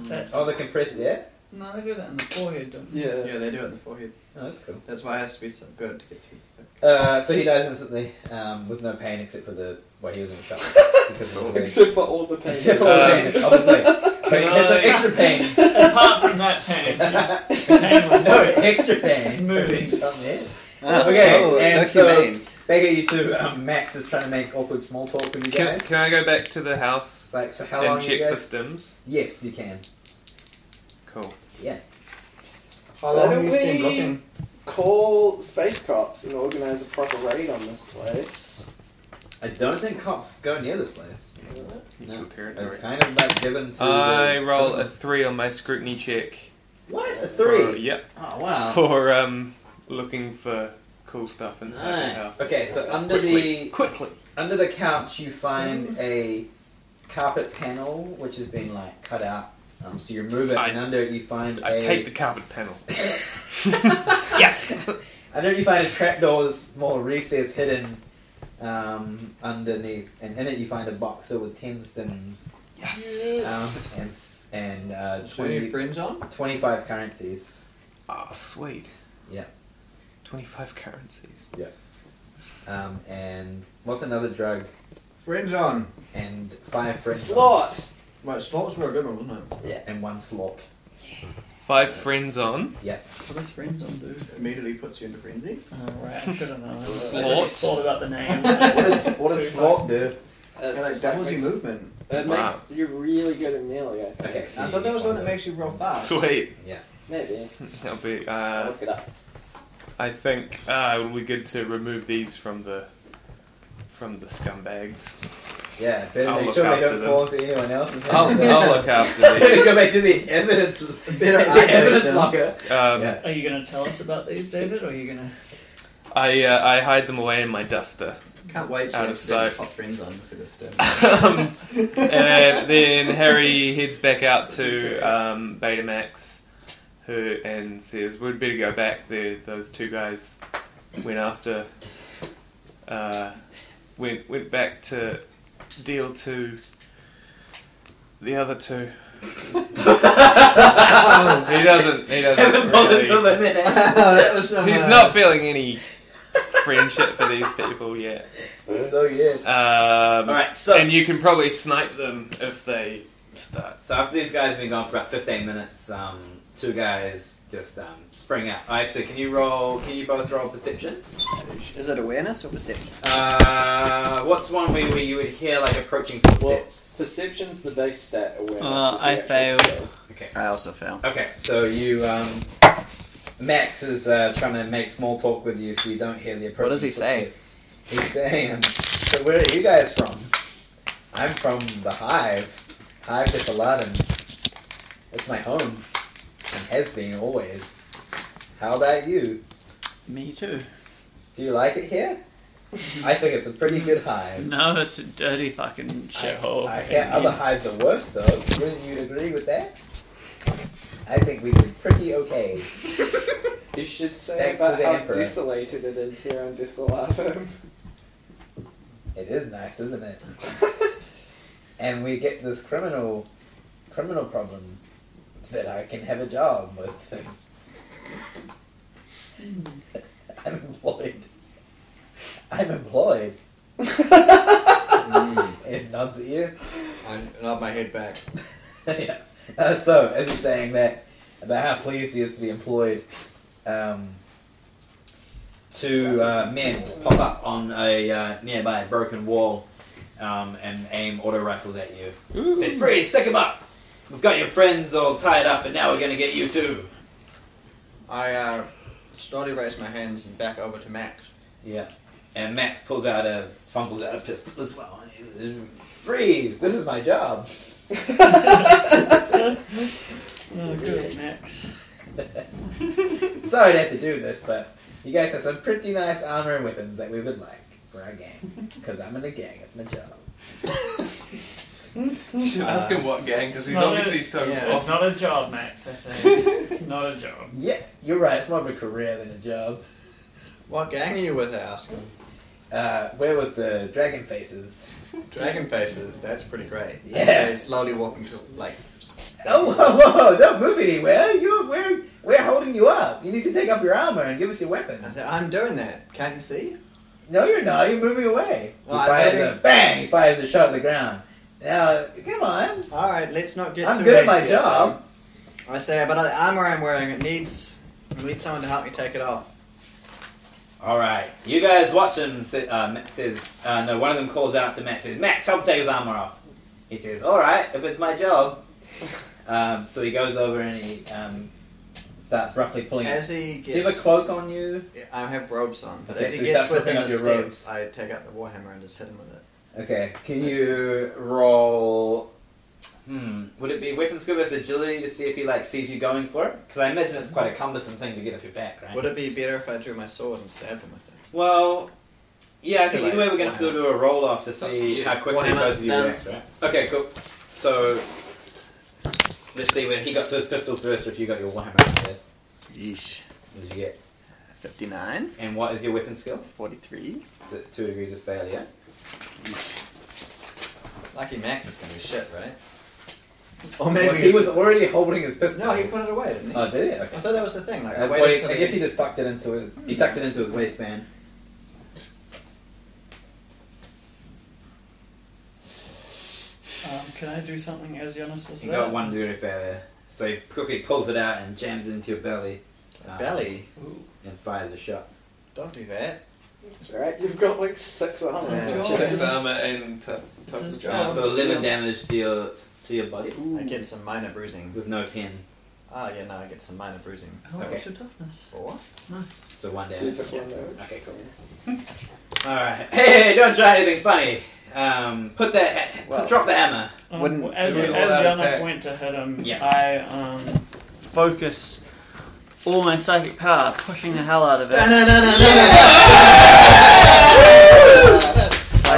Speaker 4: That's
Speaker 2: Oh, the compressed air.
Speaker 4: no, they do that in the forehead, don't they?
Speaker 6: yeah.
Speaker 7: Yeah, they do it in the forehead.
Speaker 2: Oh, that's cool.
Speaker 7: That's why it has to be so good to get through the thing.
Speaker 2: Uh, so he dies instantly um, with no pain except for the well, he was in shock because of the wound.
Speaker 6: Except for all the pain.
Speaker 2: Except for
Speaker 5: Uh,
Speaker 2: the pain. I was like, wait, there's some
Speaker 5: I-
Speaker 2: extra pain.
Speaker 4: Apart from that pain, it's painless.
Speaker 2: no, extra pain.
Speaker 4: Smooth.
Speaker 2: Up there.
Speaker 7: Ah,
Speaker 2: Okay,
Speaker 7: so it's
Speaker 2: and
Speaker 7: actually
Speaker 2: so-
Speaker 7: main.
Speaker 2: They get you to um, Max is trying to make awkward small talk with you
Speaker 5: Can,
Speaker 2: guys.
Speaker 5: can I go back to the house
Speaker 2: like, so how
Speaker 5: and
Speaker 2: long you
Speaker 5: check for
Speaker 2: guys?
Speaker 5: stems?
Speaker 2: Yes, you can.
Speaker 5: Cool.
Speaker 3: How long
Speaker 6: Why
Speaker 3: have
Speaker 6: don't
Speaker 3: you been
Speaker 6: we-
Speaker 3: looking?
Speaker 6: Call space cops and organize a proper raid on this place.
Speaker 2: I don't think cops go near this place.
Speaker 5: Neutral
Speaker 2: No, It's
Speaker 5: territory.
Speaker 2: kind of like given to.
Speaker 5: I
Speaker 2: the-
Speaker 5: roll a three on my scrutiny check.
Speaker 2: what
Speaker 5: For,
Speaker 2: a three.
Speaker 5: yep.
Speaker 2: Oh wow.
Speaker 5: For um, looking for cool stuff inside the
Speaker 2: Nice.
Speaker 5: house.
Speaker 2: Okay, so under
Speaker 5: Quickly.
Speaker 2: the
Speaker 5: Quickly.
Speaker 2: under the couch you find a carpet panel which has been like cut out. Um, so you remove it,
Speaker 5: I-
Speaker 2: and under it you find
Speaker 5: I
Speaker 2: a
Speaker 5: take the carpet panel. yes.
Speaker 2: Under it you find a trapdoor with a small recess hidden um, underneath, and in it you find a box filled with ten stems um,
Speaker 5: Yes.
Speaker 2: and s- and uh,
Speaker 7: When you
Speaker 2: 20,
Speaker 7: fringe on?
Speaker 2: 25 currencies.
Speaker 5: Ah, sweet.
Speaker 2: Yeah.
Speaker 5: Twenty-five currencies.
Speaker 2: Um, and what's another drug?
Speaker 7: Fringe on.
Speaker 2: And five friends
Speaker 6: Slot.
Speaker 7: Right, slots were a good one, wasn't it?
Speaker 2: and one slot.
Speaker 5: Five friends on.
Speaker 4: What does friends on do?
Speaker 7: Immediately puts you into frenzy.
Speaker 4: Oh, right, I should have known. I
Speaker 5: Slot.
Speaker 4: thought about the name.
Speaker 2: What does what does
Speaker 4: Two
Speaker 2: slot
Speaker 4: bucks.
Speaker 2: do?
Speaker 6: Uh,
Speaker 7: And it
Speaker 6: just, like,
Speaker 7: doubles your
Speaker 6: makes-
Speaker 7: movement.
Speaker 6: It
Speaker 5: Wow.
Speaker 6: makes you really good at melee. I think.
Speaker 2: Okay. so
Speaker 7: I thought
Speaker 2: Ah.
Speaker 7: that was the one that makes you roll fast.
Speaker 5: Sweet.
Speaker 6: Maybe.
Speaker 5: That'll be
Speaker 6: I'll
Speaker 5: uh,
Speaker 6: look it up.
Speaker 5: I think uh, it would be good to remove these from the from the scumbags.
Speaker 2: Yeah, better
Speaker 5: I'll
Speaker 2: make
Speaker 5: look
Speaker 2: sure they
Speaker 5: after
Speaker 2: don't
Speaker 5: them.
Speaker 2: fall into anyone else's
Speaker 5: I'll,
Speaker 2: hands.
Speaker 5: I'll look after
Speaker 2: go
Speaker 5: these.
Speaker 2: back to the evidence, the
Speaker 3: Better
Speaker 2: evidence
Speaker 3: isolate them.
Speaker 2: locker.
Speaker 5: Um,
Speaker 2: Yeah.
Speaker 4: Are you going to tell us about these, David, or are you going
Speaker 5: I uh, I hide them away in my duster.
Speaker 7: Can't wait to
Speaker 5: Out of
Speaker 7: accidentally
Speaker 5: sight.
Speaker 7: pop friends on instead of stem.
Speaker 5: um, and then Harry heads back out to um, Betamax, who and says, "We'd better go back there. Those two guys went after, uh, went went back to deal to the other two.
Speaker 3: Oh,
Speaker 5: He doesn't. He doesn't.
Speaker 2: Haven't bothered to
Speaker 5: really,
Speaker 2: eliminate.
Speaker 3: that was so
Speaker 5: he's
Speaker 3: hard.
Speaker 5: not feeling any friendship for these people yet.
Speaker 2: So good.
Speaker 5: Um,
Speaker 2: All right, so-
Speaker 5: and you can probably snipe them if they start.
Speaker 2: So after these guys have been gone for about 15 minutes, um, two guys just um, spring out. Actually, can you roll? Can you both roll perception?
Speaker 3: Is it awareness or perception?
Speaker 2: Uh, what's one where, where you would hear like approaching footsteps?
Speaker 6: Perception's the base stat awareness.
Speaker 5: Ah,
Speaker 4: Uh,
Speaker 6: is the
Speaker 4: I
Speaker 6: actual
Speaker 4: failed.
Speaker 6: skill.
Speaker 2: Okay.
Speaker 3: I also fail.
Speaker 2: Okay. So you, um, Max is uh, trying to make small talk with you, so you don't hear the approaching.
Speaker 3: What does he say?
Speaker 2: footsteps. He's saying, "So where are you guys from? I'm from the Hive. Hive is Aladdin. It's my home, and has been always. How about you?"
Speaker 4: to? Me too.
Speaker 2: Do you like it here? I think it's a pretty good hive.
Speaker 4: No, it's a dirty fucking shithole.
Speaker 2: I, I hear other hives are worse though. Wouldn't you agree with that? I think we did pretty okay.
Speaker 6: You should say
Speaker 2: Back to
Speaker 6: about
Speaker 2: the
Speaker 6: how
Speaker 2: Emperor.
Speaker 6: desolated it is here on Desolatum.
Speaker 2: It is nice, isn't it? And we get this criminal criminal problem that I can have a job with. I'm employed. I'm employed.
Speaker 7: mm.
Speaker 2: It's nods at you.
Speaker 7: I'm not my head back.
Speaker 2: yeah. Uh, so, as he's saying that, about how pleased he is to be employed, um, two uh, men pop up on a uh, nearby broken wall um, and aim auto rifles at you. Say, freeze, stick 'em up! We've got your friends all tied up, and now we're going to get you too.
Speaker 7: I uh, slowly raise my hands and back over to Max.
Speaker 2: Yeah. And Max pulls out a, fumbles out a pistol as well. And he- Freeze, this is my job.
Speaker 4: Oh, good, Max.
Speaker 2: Sorry to have to do this, but you guys have some pretty nice armor and weapons that we would like for our gang. Because I'm in a gang, it's my job.
Speaker 5: You should ask him what gang, because he's
Speaker 4: Smell
Speaker 5: obviously
Speaker 4: it.
Speaker 5: so
Speaker 7: Yeah.
Speaker 5: off
Speaker 4: It's not a job, Max, I say. It's not a job.
Speaker 2: Yeah, you're right, it's more of a career than a job.
Speaker 7: What gang are you with? I ask him.
Speaker 2: Uh, we're with the dragon faces.
Speaker 7: Dragon faces. That's pretty great.
Speaker 2: Yeah.
Speaker 7: So slowly walking to like.
Speaker 2: Oh, whoa, whoa, don't move anywhere. You're, we're, we're holding you up. You need to take off your armor and give us your
Speaker 7: I
Speaker 2: weapons.
Speaker 7: said, I'm doing that. Can't you see?
Speaker 2: No, you're not. You're moving away. He
Speaker 7: Well, I
Speaker 2: fires
Speaker 7: think-
Speaker 2: a bang. He fires a shot at the ground. Now, come on.
Speaker 7: All right, let's not get.
Speaker 2: I'm
Speaker 7: too
Speaker 2: good at my
Speaker 7: hasty, I say.
Speaker 2: job.
Speaker 7: I say, but the armor I'm wearing, it needs. I need someone to help me take it off.
Speaker 2: All right, you guys watch him. Say, uh, Matt says, uh, no, one of them calls out to Matt. Says, Max, help take his armor off. He says, all right, if it's my job. Um, so he goes over and he um, starts roughly pulling. it.
Speaker 7: As he
Speaker 2: Do you have a
Speaker 7: gets,
Speaker 2: cloak on you?
Speaker 7: I have robes on, but
Speaker 2: Okay,
Speaker 7: as
Speaker 2: so
Speaker 7: he
Speaker 2: he
Speaker 7: gets
Speaker 2: starts ripping
Speaker 7: within
Speaker 2: up
Speaker 7: the
Speaker 2: your
Speaker 7: steps,
Speaker 2: robes.
Speaker 7: I take out the warhammer and just hit him with it.
Speaker 2: Okay, can you roll? Hmm, would it be weapons good versus agility to see if he like sees you going for it? Because I imagine it's quite a cumbersome thing to get off your back, right?
Speaker 7: Would it be better if I drew my sword and stabbed him with it?
Speaker 2: Well, yeah, I think
Speaker 7: Too
Speaker 2: either way
Speaker 7: late.
Speaker 2: we're going to have to do a roll off to see how quickly
Speaker 7: Whatever.
Speaker 2: both of you
Speaker 7: Done.
Speaker 2: react, right? Okay, cool. So, let's see when he got to his pistol first or if you got your Warhammer out first.
Speaker 3: Yeesh.
Speaker 2: What did you get?
Speaker 3: 59,
Speaker 2: And what is your weapon skill?
Speaker 3: 43.
Speaker 2: So that's two degrees of failure.
Speaker 7: Lucky Max is gonna be shit, right? Or
Speaker 2: Well,
Speaker 7: maybe
Speaker 2: he was already holding his pistol.
Speaker 7: No, he put it away, didn't he?
Speaker 2: Oh, did he? Okay.
Speaker 7: I thought that was the thing. Like, I
Speaker 2: Uh,
Speaker 7: waited
Speaker 2: wait,
Speaker 7: till
Speaker 2: I
Speaker 7: the
Speaker 2: guess he
Speaker 7: end.
Speaker 2: just tucked it into his he tucked it into his waistband.
Speaker 4: Um, can I do something as Jonas was
Speaker 2: He
Speaker 4: there?
Speaker 2: got one degree of failure, so he quickly pulls it out and jams it into your belly. um,
Speaker 7: belly.
Speaker 4: Ooh,
Speaker 2: and fires a shot.
Speaker 7: Don't do that.
Speaker 6: That's right, you've got like six armor.
Speaker 4: This is
Speaker 6: Yeah.
Speaker 4: Jonas.
Speaker 5: six armor and top,
Speaker 4: This
Speaker 5: top
Speaker 4: is
Speaker 5: of
Speaker 2: Uh,
Speaker 4: Jonas.
Speaker 5: armor.
Speaker 2: so eleven damage to your to your body
Speaker 7: I get some minor bruising.
Speaker 2: with no pin.
Speaker 7: Oh, yeah, no, I get some minor bruising.
Speaker 1: How
Speaker 2: Okay.
Speaker 1: okay. your toughness?
Speaker 7: Four?
Speaker 4: Nice.
Speaker 2: So one
Speaker 6: So you
Speaker 2: damage.
Speaker 6: took one damage.
Speaker 2: Okay, cool. All right. Hey, don't try anything funny. Um, put the ha-
Speaker 7: Well-
Speaker 2: drop the hammer.
Speaker 4: Um,
Speaker 7: Wouldn't
Speaker 4: well, as
Speaker 5: do it
Speaker 4: as
Speaker 5: without
Speaker 4: Jonas
Speaker 5: attack.
Speaker 4: went to hit him,
Speaker 2: Yeah.
Speaker 4: I um, focused all my psychic power, pushing the hell out of it.
Speaker 7: I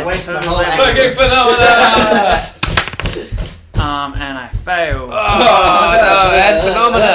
Speaker 7: wasted my whole
Speaker 4: Fucking
Speaker 7: action.
Speaker 5: phenomena!
Speaker 4: Um, and I failed.
Speaker 5: oh, no, and phenomena.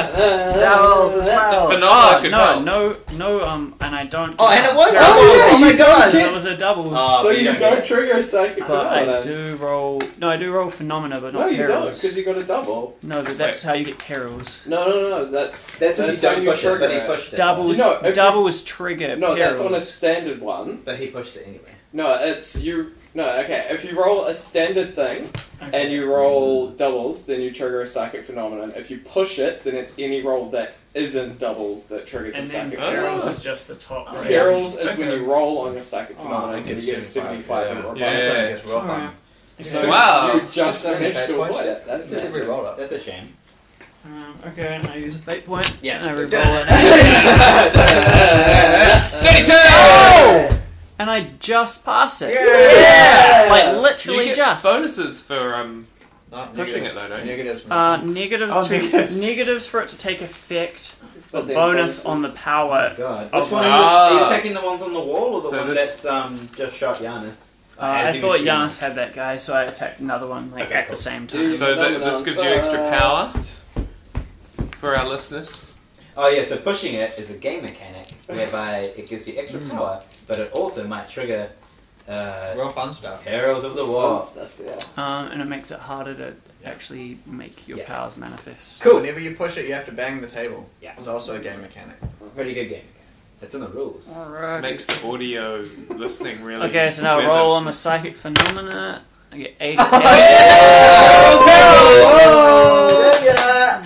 Speaker 7: Doubles as well.
Speaker 5: Oh, Phenomena could
Speaker 4: no,
Speaker 5: help.
Speaker 4: no, no. Um, and I don't.
Speaker 2: Oh, and it was.
Speaker 4: Yeah,
Speaker 2: Oh,
Speaker 3: yeah,
Speaker 2: my
Speaker 3: you
Speaker 2: god.
Speaker 3: did.
Speaker 4: It was a double.
Speaker 2: Oh,
Speaker 6: so
Speaker 2: but you
Speaker 6: you
Speaker 2: don't
Speaker 6: don't,
Speaker 2: get it.
Speaker 6: trigger a psychic
Speaker 4: but I
Speaker 6: phenomenon.
Speaker 4: do roll. No, I do roll phenomena, but
Speaker 6: No,
Speaker 4: not
Speaker 6: you don't,
Speaker 4: perils.
Speaker 6: because you got a double.
Speaker 4: No, but that's how you get perils.
Speaker 6: No, no, no, that's
Speaker 2: That's if you
Speaker 6: how
Speaker 2: don't push it, but he
Speaker 6: trigger
Speaker 2: pushed it.
Speaker 4: Doubles,
Speaker 6: No, if you-
Speaker 4: doubles trigger.
Speaker 6: No,
Speaker 4: perils.
Speaker 6: that's on a standard one.
Speaker 2: But he pushed it anyway.
Speaker 6: No, it's you. No, okay. If you roll a standard thing
Speaker 4: Okay.
Speaker 6: and you roll doubles, then you trigger a psychic phenomenon. If you push it, then it's any roll that isn't doubles that triggers
Speaker 4: And
Speaker 6: a
Speaker 4: then
Speaker 6: psychic
Speaker 5: Oh.
Speaker 4: perils
Speaker 6: phenomenon.
Speaker 4: is just the top right.
Speaker 6: Perils is
Speaker 5: Okay.
Speaker 6: when you roll on your psychic
Speaker 7: Oh,
Speaker 6: phenomenon
Speaker 7: I
Speaker 6: and
Speaker 7: get
Speaker 6: you get a
Speaker 7: 75,
Speaker 6: 75 and roll.
Speaker 5: Yeah.
Speaker 7: Gets rolled
Speaker 4: Alright.
Speaker 7: on.
Speaker 6: So
Speaker 4: Okay.
Speaker 5: Wow.
Speaker 6: you just
Speaker 2: That's
Speaker 6: managed to
Speaker 2: okay.
Speaker 6: avoid it. That's
Speaker 7: Did
Speaker 6: it.
Speaker 7: we roll up?
Speaker 2: That's a shame.
Speaker 4: Um, okay, and I use a fate point.
Speaker 2: Yeah.
Speaker 4: And I re-roll it.
Speaker 6: Yeah.
Speaker 5: 32!
Speaker 4: And I just pass it.
Speaker 6: Oh! Yeah.
Speaker 4: Like literally
Speaker 5: You get
Speaker 4: just.
Speaker 5: bonuses for um,
Speaker 7: Not
Speaker 5: pushing it
Speaker 7: negative.
Speaker 5: though, don't you?
Speaker 7: Negatives.
Speaker 4: Uh, negatives
Speaker 2: Oh,
Speaker 4: to
Speaker 2: negatives.
Speaker 4: negatives. for it to take effect. A
Speaker 6: But then
Speaker 4: bonus
Speaker 6: bonuses-
Speaker 4: on the power.
Speaker 2: God.
Speaker 4: Oh,
Speaker 2: Which one? Are you,
Speaker 5: wow.
Speaker 2: are you taking the ones on the wall or the
Speaker 5: So
Speaker 2: one
Speaker 5: this-
Speaker 2: that's um just shot Giannis?
Speaker 4: Uh, I thought Giannis had that guy, so I attacked another one like
Speaker 2: Okay,
Speaker 4: at
Speaker 2: cool.
Speaker 4: the same
Speaker 6: Do
Speaker 4: time.
Speaker 5: So that-
Speaker 6: phenomenon
Speaker 5: this gives you extra power?
Speaker 6: first.
Speaker 5: For our listeners.
Speaker 2: Oh yeah, so pushing it is a game mechanic whereby it gives you extra power, but it also might trigger uh,
Speaker 7: Real fun stuff.
Speaker 2: Perils of the
Speaker 6: Fun
Speaker 2: War.
Speaker 6: stuff, yeah.
Speaker 4: Um, and it makes it harder to
Speaker 2: Yeah.
Speaker 4: actually make your
Speaker 2: Yeah.
Speaker 4: powers manifest.
Speaker 2: Cool.
Speaker 7: Whenever you push it, you have to bang the table.
Speaker 2: Yeah.
Speaker 7: It's also a game mechanic.
Speaker 2: Pretty good game. It's in the rules.
Speaker 4: Alright.
Speaker 5: Makes the audio listening really.
Speaker 4: Okay, so now I
Speaker 5: pleasant.
Speaker 4: roll on the psychic phenomena. I get eight.
Speaker 7: Yeah.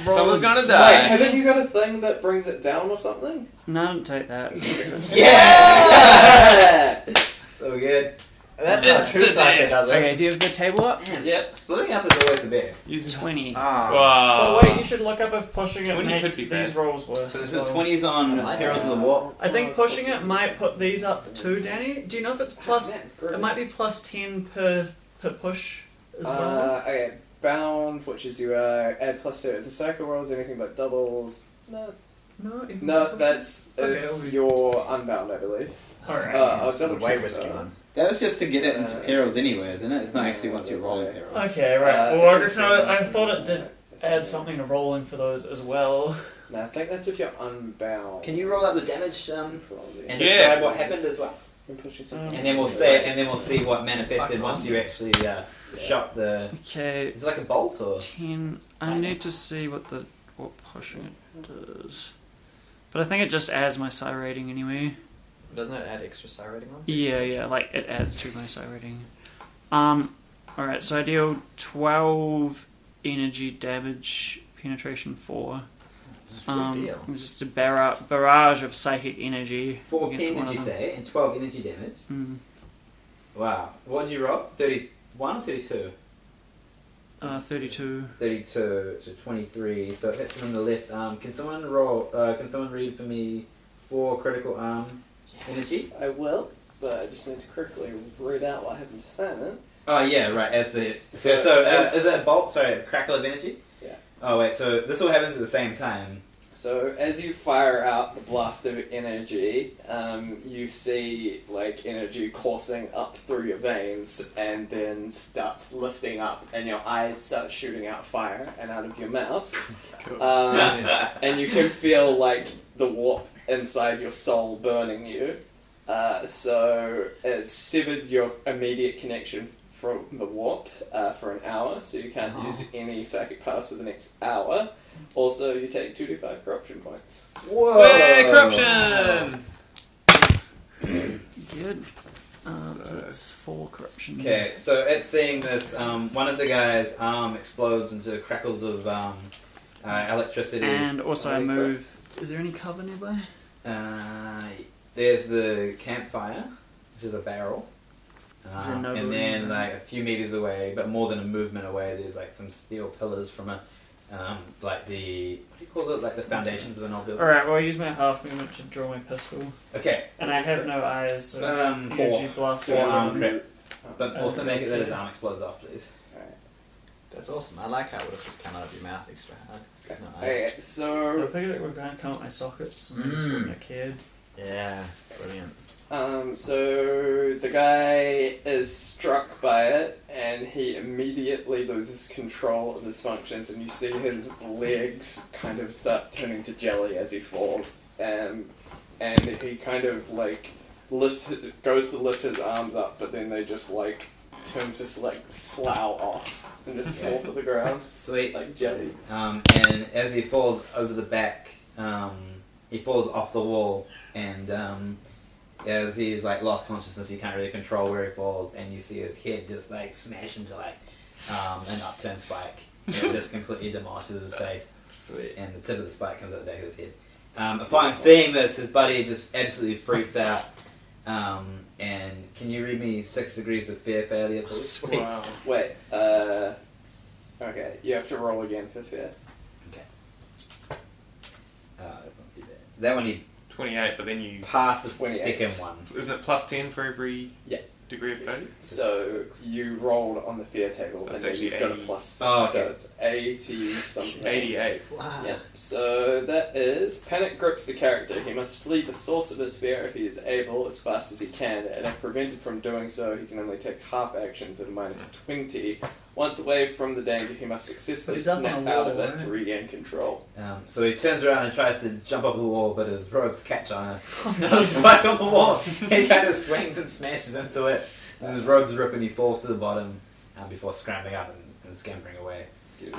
Speaker 5: Someone's gonna
Speaker 6: Wait,
Speaker 5: die.
Speaker 6: haven't you got a thing that brings it down or something?
Speaker 4: No, don't take that.
Speaker 6: Yeah!
Speaker 2: So good.
Speaker 7: That's not true psychic, does it?
Speaker 4: okay, do you have the table up?
Speaker 6: Yep.
Speaker 2: Splitting up is always the best.
Speaker 5: Using
Speaker 4: Twenty.
Speaker 7: Ah.
Speaker 5: Wow.
Speaker 4: oh wait, you should look up if pushing it
Speaker 5: 20
Speaker 4: makes
Speaker 5: Uh, could
Speaker 4: these
Speaker 5: be bad.
Speaker 4: rolls worse.
Speaker 2: So this
Speaker 4: as
Speaker 2: is
Speaker 4: well.
Speaker 2: twenties on Perils of the War.
Speaker 4: I think pushing it might put these up too, Danny. Do you know if it's plus? It might be plus ten per per push as well.
Speaker 6: Uh, okay, bound, which is you uh, add plus two. If the cycle rolls anything but doubles. No,
Speaker 4: No, even per
Speaker 6: no,
Speaker 4: push?
Speaker 6: that's
Speaker 4: Okay,
Speaker 6: if
Speaker 4: okay.
Speaker 6: you're unbound, I believe.
Speaker 4: all right.
Speaker 6: Uh, I was
Speaker 7: the
Speaker 6: double
Speaker 7: way
Speaker 6: checking
Speaker 7: whiskey
Speaker 6: that.
Speaker 7: one.
Speaker 2: That was just to get it into
Speaker 6: Uh,
Speaker 2: Perils anyway, isn't it? It's not actually once you're rolling Perils.
Speaker 4: okay, right.
Speaker 6: Uh,
Speaker 4: well, I
Speaker 6: if
Speaker 4: just
Speaker 6: you're
Speaker 4: know I
Speaker 6: unbound,
Speaker 4: thought it did
Speaker 6: uh,
Speaker 4: add something to rolling for those as well.
Speaker 6: No, I think that's if you're unbound.
Speaker 2: Can you roll out the damage um, and
Speaker 5: Yeah.
Speaker 2: describe what happened as well?
Speaker 6: I'm pushing something.
Speaker 2: And then we'll say, and then we'll see what manifested once you actually uh, shot the.
Speaker 4: Okay,
Speaker 2: Is it like a bolt or?
Speaker 4: ten. I need to see what the what pushing it does. But I think it just adds my psi rating anyway.
Speaker 7: Doesn't it add extra star rating on?
Speaker 4: Yeah, yeah, like it adds to my psi rating. Um, alright, so I deal 12 energy damage, penetration 4.
Speaker 7: Good
Speaker 4: Um,
Speaker 7: deal.
Speaker 4: it's just a barra- barrage of psychic energy.
Speaker 2: Four
Speaker 4: against
Speaker 2: pin,
Speaker 4: one
Speaker 2: did you
Speaker 4: of them.
Speaker 2: say, and twelve energy damage.
Speaker 4: Mm.
Speaker 2: Wow. What did you roll? Thirty-one or thirty-two?
Speaker 4: Uh, 32.
Speaker 2: 32 to 23, so it hits him in the left arm. Can someone roll? Uh, can someone read for me four critical arm energy?
Speaker 6: I will, but I just need to quickly read out what happened to Simon.
Speaker 2: Oh yeah, right. As the so,
Speaker 6: So,
Speaker 2: so uh,
Speaker 6: as-
Speaker 2: is it a bolt? Sorry, a crackle of energy.
Speaker 6: Yeah.
Speaker 2: Oh wait, so this all happens at the same time.
Speaker 6: So as you fire out the blast of energy, um, you see like energy coursing up through your veins, and then starts lifting up, and your eyes start shooting out fire and out of your mouth, um, and you can feel like the warp inside your soul burning you. Uh, so it severed your immediate connection from the warp uh, for an hour, so you can't use any psychic powers for the next hour. Also, you take 2d5 corruption points.
Speaker 2: Whoa!
Speaker 5: Yay,
Speaker 4: Uh,
Speaker 5: corruption!
Speaker 4: Good. Um, so it's 4 corruption.
Speaker 2: Okay, so at seeing this, um, one of the guy's arm explodes into crackles of um, uh, electricity.
Speaker 4: And also I
Speaker 6: Alright,
Speaker 4: move. Is there any cover nearby?
Speaker 2: Uh, there's the campfire, which is a barrel.
Speaker 4: Is there
Speaker 2: Um,
Speaker 4: no
Speaker 2: and then,
Speaker 4: rooms?
Speaker 2: like a few meters away, but more than a movement away, there's like some steel pillars from a um, like the what do you call it? Like the foundations of an old building.
Speaker 4: Alright, well, I use my half movement to draw my pistol.
Speaker 2: Okay,
Speaker 4: And I have no eyes, so.
Speaker 2: um, four,
Speaker 4: energy blast
Speaker 2: four
Speaker 4: one.
Speaker 2: arm crit, but
Speaker 4: Oh,
Speaker 2: also make it that his
Speaker 4: okay.
Speaker 2: arm explodes off, please.
Speaker 7: That's awesome. I like how it would have just come out of your mouth extra hard. 'cause there's no
Speaker 6: Okay,
Speaker 7: eyes.
Speaker 4: I
Speaker 6: so
Speaker 4: think it would come out my sockets. and I
Speaker 2: Mm.
Speaker 4: just wouldn't have cared.
Speaker 7: Yeah, brilliant.
Speaker 6: um, so the guy is struck by it, and he immediately loses control of his functions, and you see his legs kind of start turning to jelly as he falls, um, and he kind of like lifts, goes to lift his arms up, but then they just like turn just like slough off and just fall to the ground
Speaker 2: Sweet.
Speaker 6: like jelly.
Speaker 2: Um, and as he falls over the back, um, he falls off the wall, and um, as he's like lost consciousness, he can't really control where he falls, and you see his head just like smash into like um, an upturned spike, and it just completely demolishes his face,
Speaker 4: Sweet.
Speaker 2: and the tip of the spike comes out the back of his head. Um, upon seeing this, his buddy just absolutely freaks out. Um, and can you read me six degrees of fear failure, please?
Speaker 7: Sweet.
Speaker 6: Wait, uh. Okay, you have to roll again for fear.
Speaker 2: Uh, that's not too bad. That one you
Speaker 5: 28, but then you.
Speaker 2: passed the
Speaker 6: 28.
Speaker 2: second one.
Speaker 5: Isn't it plus 10 for every
Speaker 6: Yeah.
Speaker 5: degree of failure?
Speaker 6: So you rolled on the fear table,
Speaker 5: So
Speaker 6: and
Speaker 5: it's
Speaker 6: then
Speaker 5: actually
Speaker 6: you've got a
Speaker 5: 80.
Speaker 6: plus.
Speaker 2: Oh, okay.
Speaker 6: So it's 80 something.
Speaker 5: 88.
Speaker 7: Wow.
Speaker 6: Yeah. So that is panic grips the character. He must flee the source of his fear if he is able, as fast as he can, and if prevented from doing so, he can only take half actions at a minus 20. Once away from the danger, he must successfully
Speaker 4: He's up on
Speaker 6: snap
Speaker 4: a
Speaker 6: out of
Speaker 4: wall,
Speaker 6: it to regain control.
Speaker 2: Um, so he turns around and tries to jump off the wall, but his ropes catch on a another spike on the wall. He kind of swings and smashes into it, and his robes rip and he falls to the bottom um, before scrambling up and, and scampering away.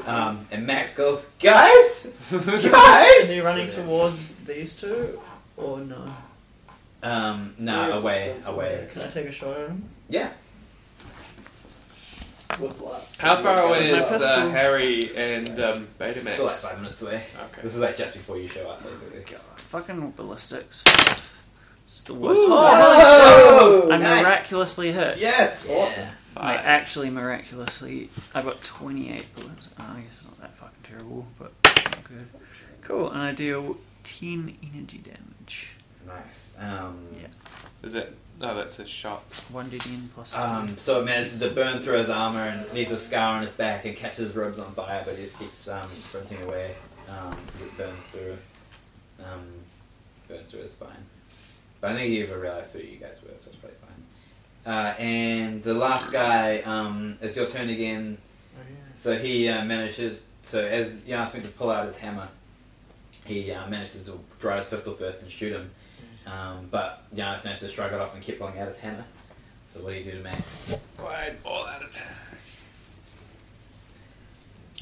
Speaker 2: Um, and Max goes, "Guys,
Speaker 4: Is
Speaker 2: guys!"
Speaker 4: he running towards these two? Or no?
Speaker 2: Um, no,
Speaker 6: Yeah,
Speaker 2: away,
Speaker 6: just
Speaker 2: away.
Speaker 4: Can I take a shot at him?
Speaker 2: Yeah,
Speaker 6: With luck.
Speaker 5: How far away
Speaker 4: My
Speaker 5: is uh,
Speaker 4: pistol.
Speaker 5: Harry and um,
Speaker 2: still like
Speaker 5: Betamax?
Speaker 2: five minutes away.
Speaker 5: Okay.
Speaker 2: This is like just before you show up, basically.
Speaker 4: Fucking ballistics. It's the worst.
Speaker 2: Ooh.
Speaker 4: Oh,
Speaker 2: Oh,
Speaker 4: I'm
Speaker 2: nice.
Speaker 4: miraculously hit.
Speaker 2: Yes,
Speaker 7: Awesome.
Speaker 4: I
Speaker 5: Five.
Speaker 4: actually miraculously. I got 28 bullets. Oh, I guess it's not that fucking terrible, but good. Cool, and I deal 10 energy damage.
Speaker 2: nice. Um,
Speaker 4: Yeah.
Speaker 5: Is it? No, that's a shot.
Speaker 4: 1d10 plus.
Speaker 2: Um, so it manages to burn through his armor and leaves a scar on his back and catches his robes on fire, but he just keeps um, sprinting away. Um, 'cause it burns through, um, burns through his spine. But I think you ever realized who you guys were, so it's probably fine. Uh, and the last guy, um, it's your turn again. So he uh, manages. So as you asked me to pull out his hammer, he uh, manages to draw his pistol first and shoot him. Um, but Giannis managed to struggle off and keep pulling out his hammer. So what do you do to Max?
Speaker 5: Wide all out of time.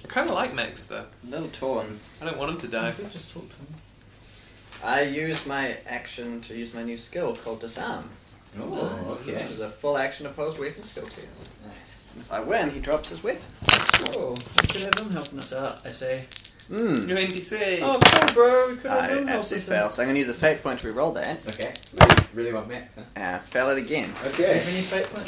Speaker 5: I kind of like Max though.
Speaker 7: A little torn.
Speaker 5: I don't want him to die.
Speaker 4: just talk to him.
Speaker 7: I used my action to use my new skill called Disarm,
Speaker 2: Oh, okay.
Speaker 7: which is a full action opposed weapon skill test.
Speaker 2: Nice.
Speaker 7: If I win, he drops his weapon.
Speaker 4: Cool. We could have them helping us out, I say.
Speaker 7: Mmm.
Speaker 5: New NPC.
Speaker 4: Oh, cool, bro. We could have
Speaker 7: I
Speaker 4: them helping
Speaker 7: absolutely fail, so I'm going to use a fate point to reroll that.
Speaker 2: Okay. Really, really want Max, huh?
Speaker 7: And I fail it again.
Speaker 2: Okay.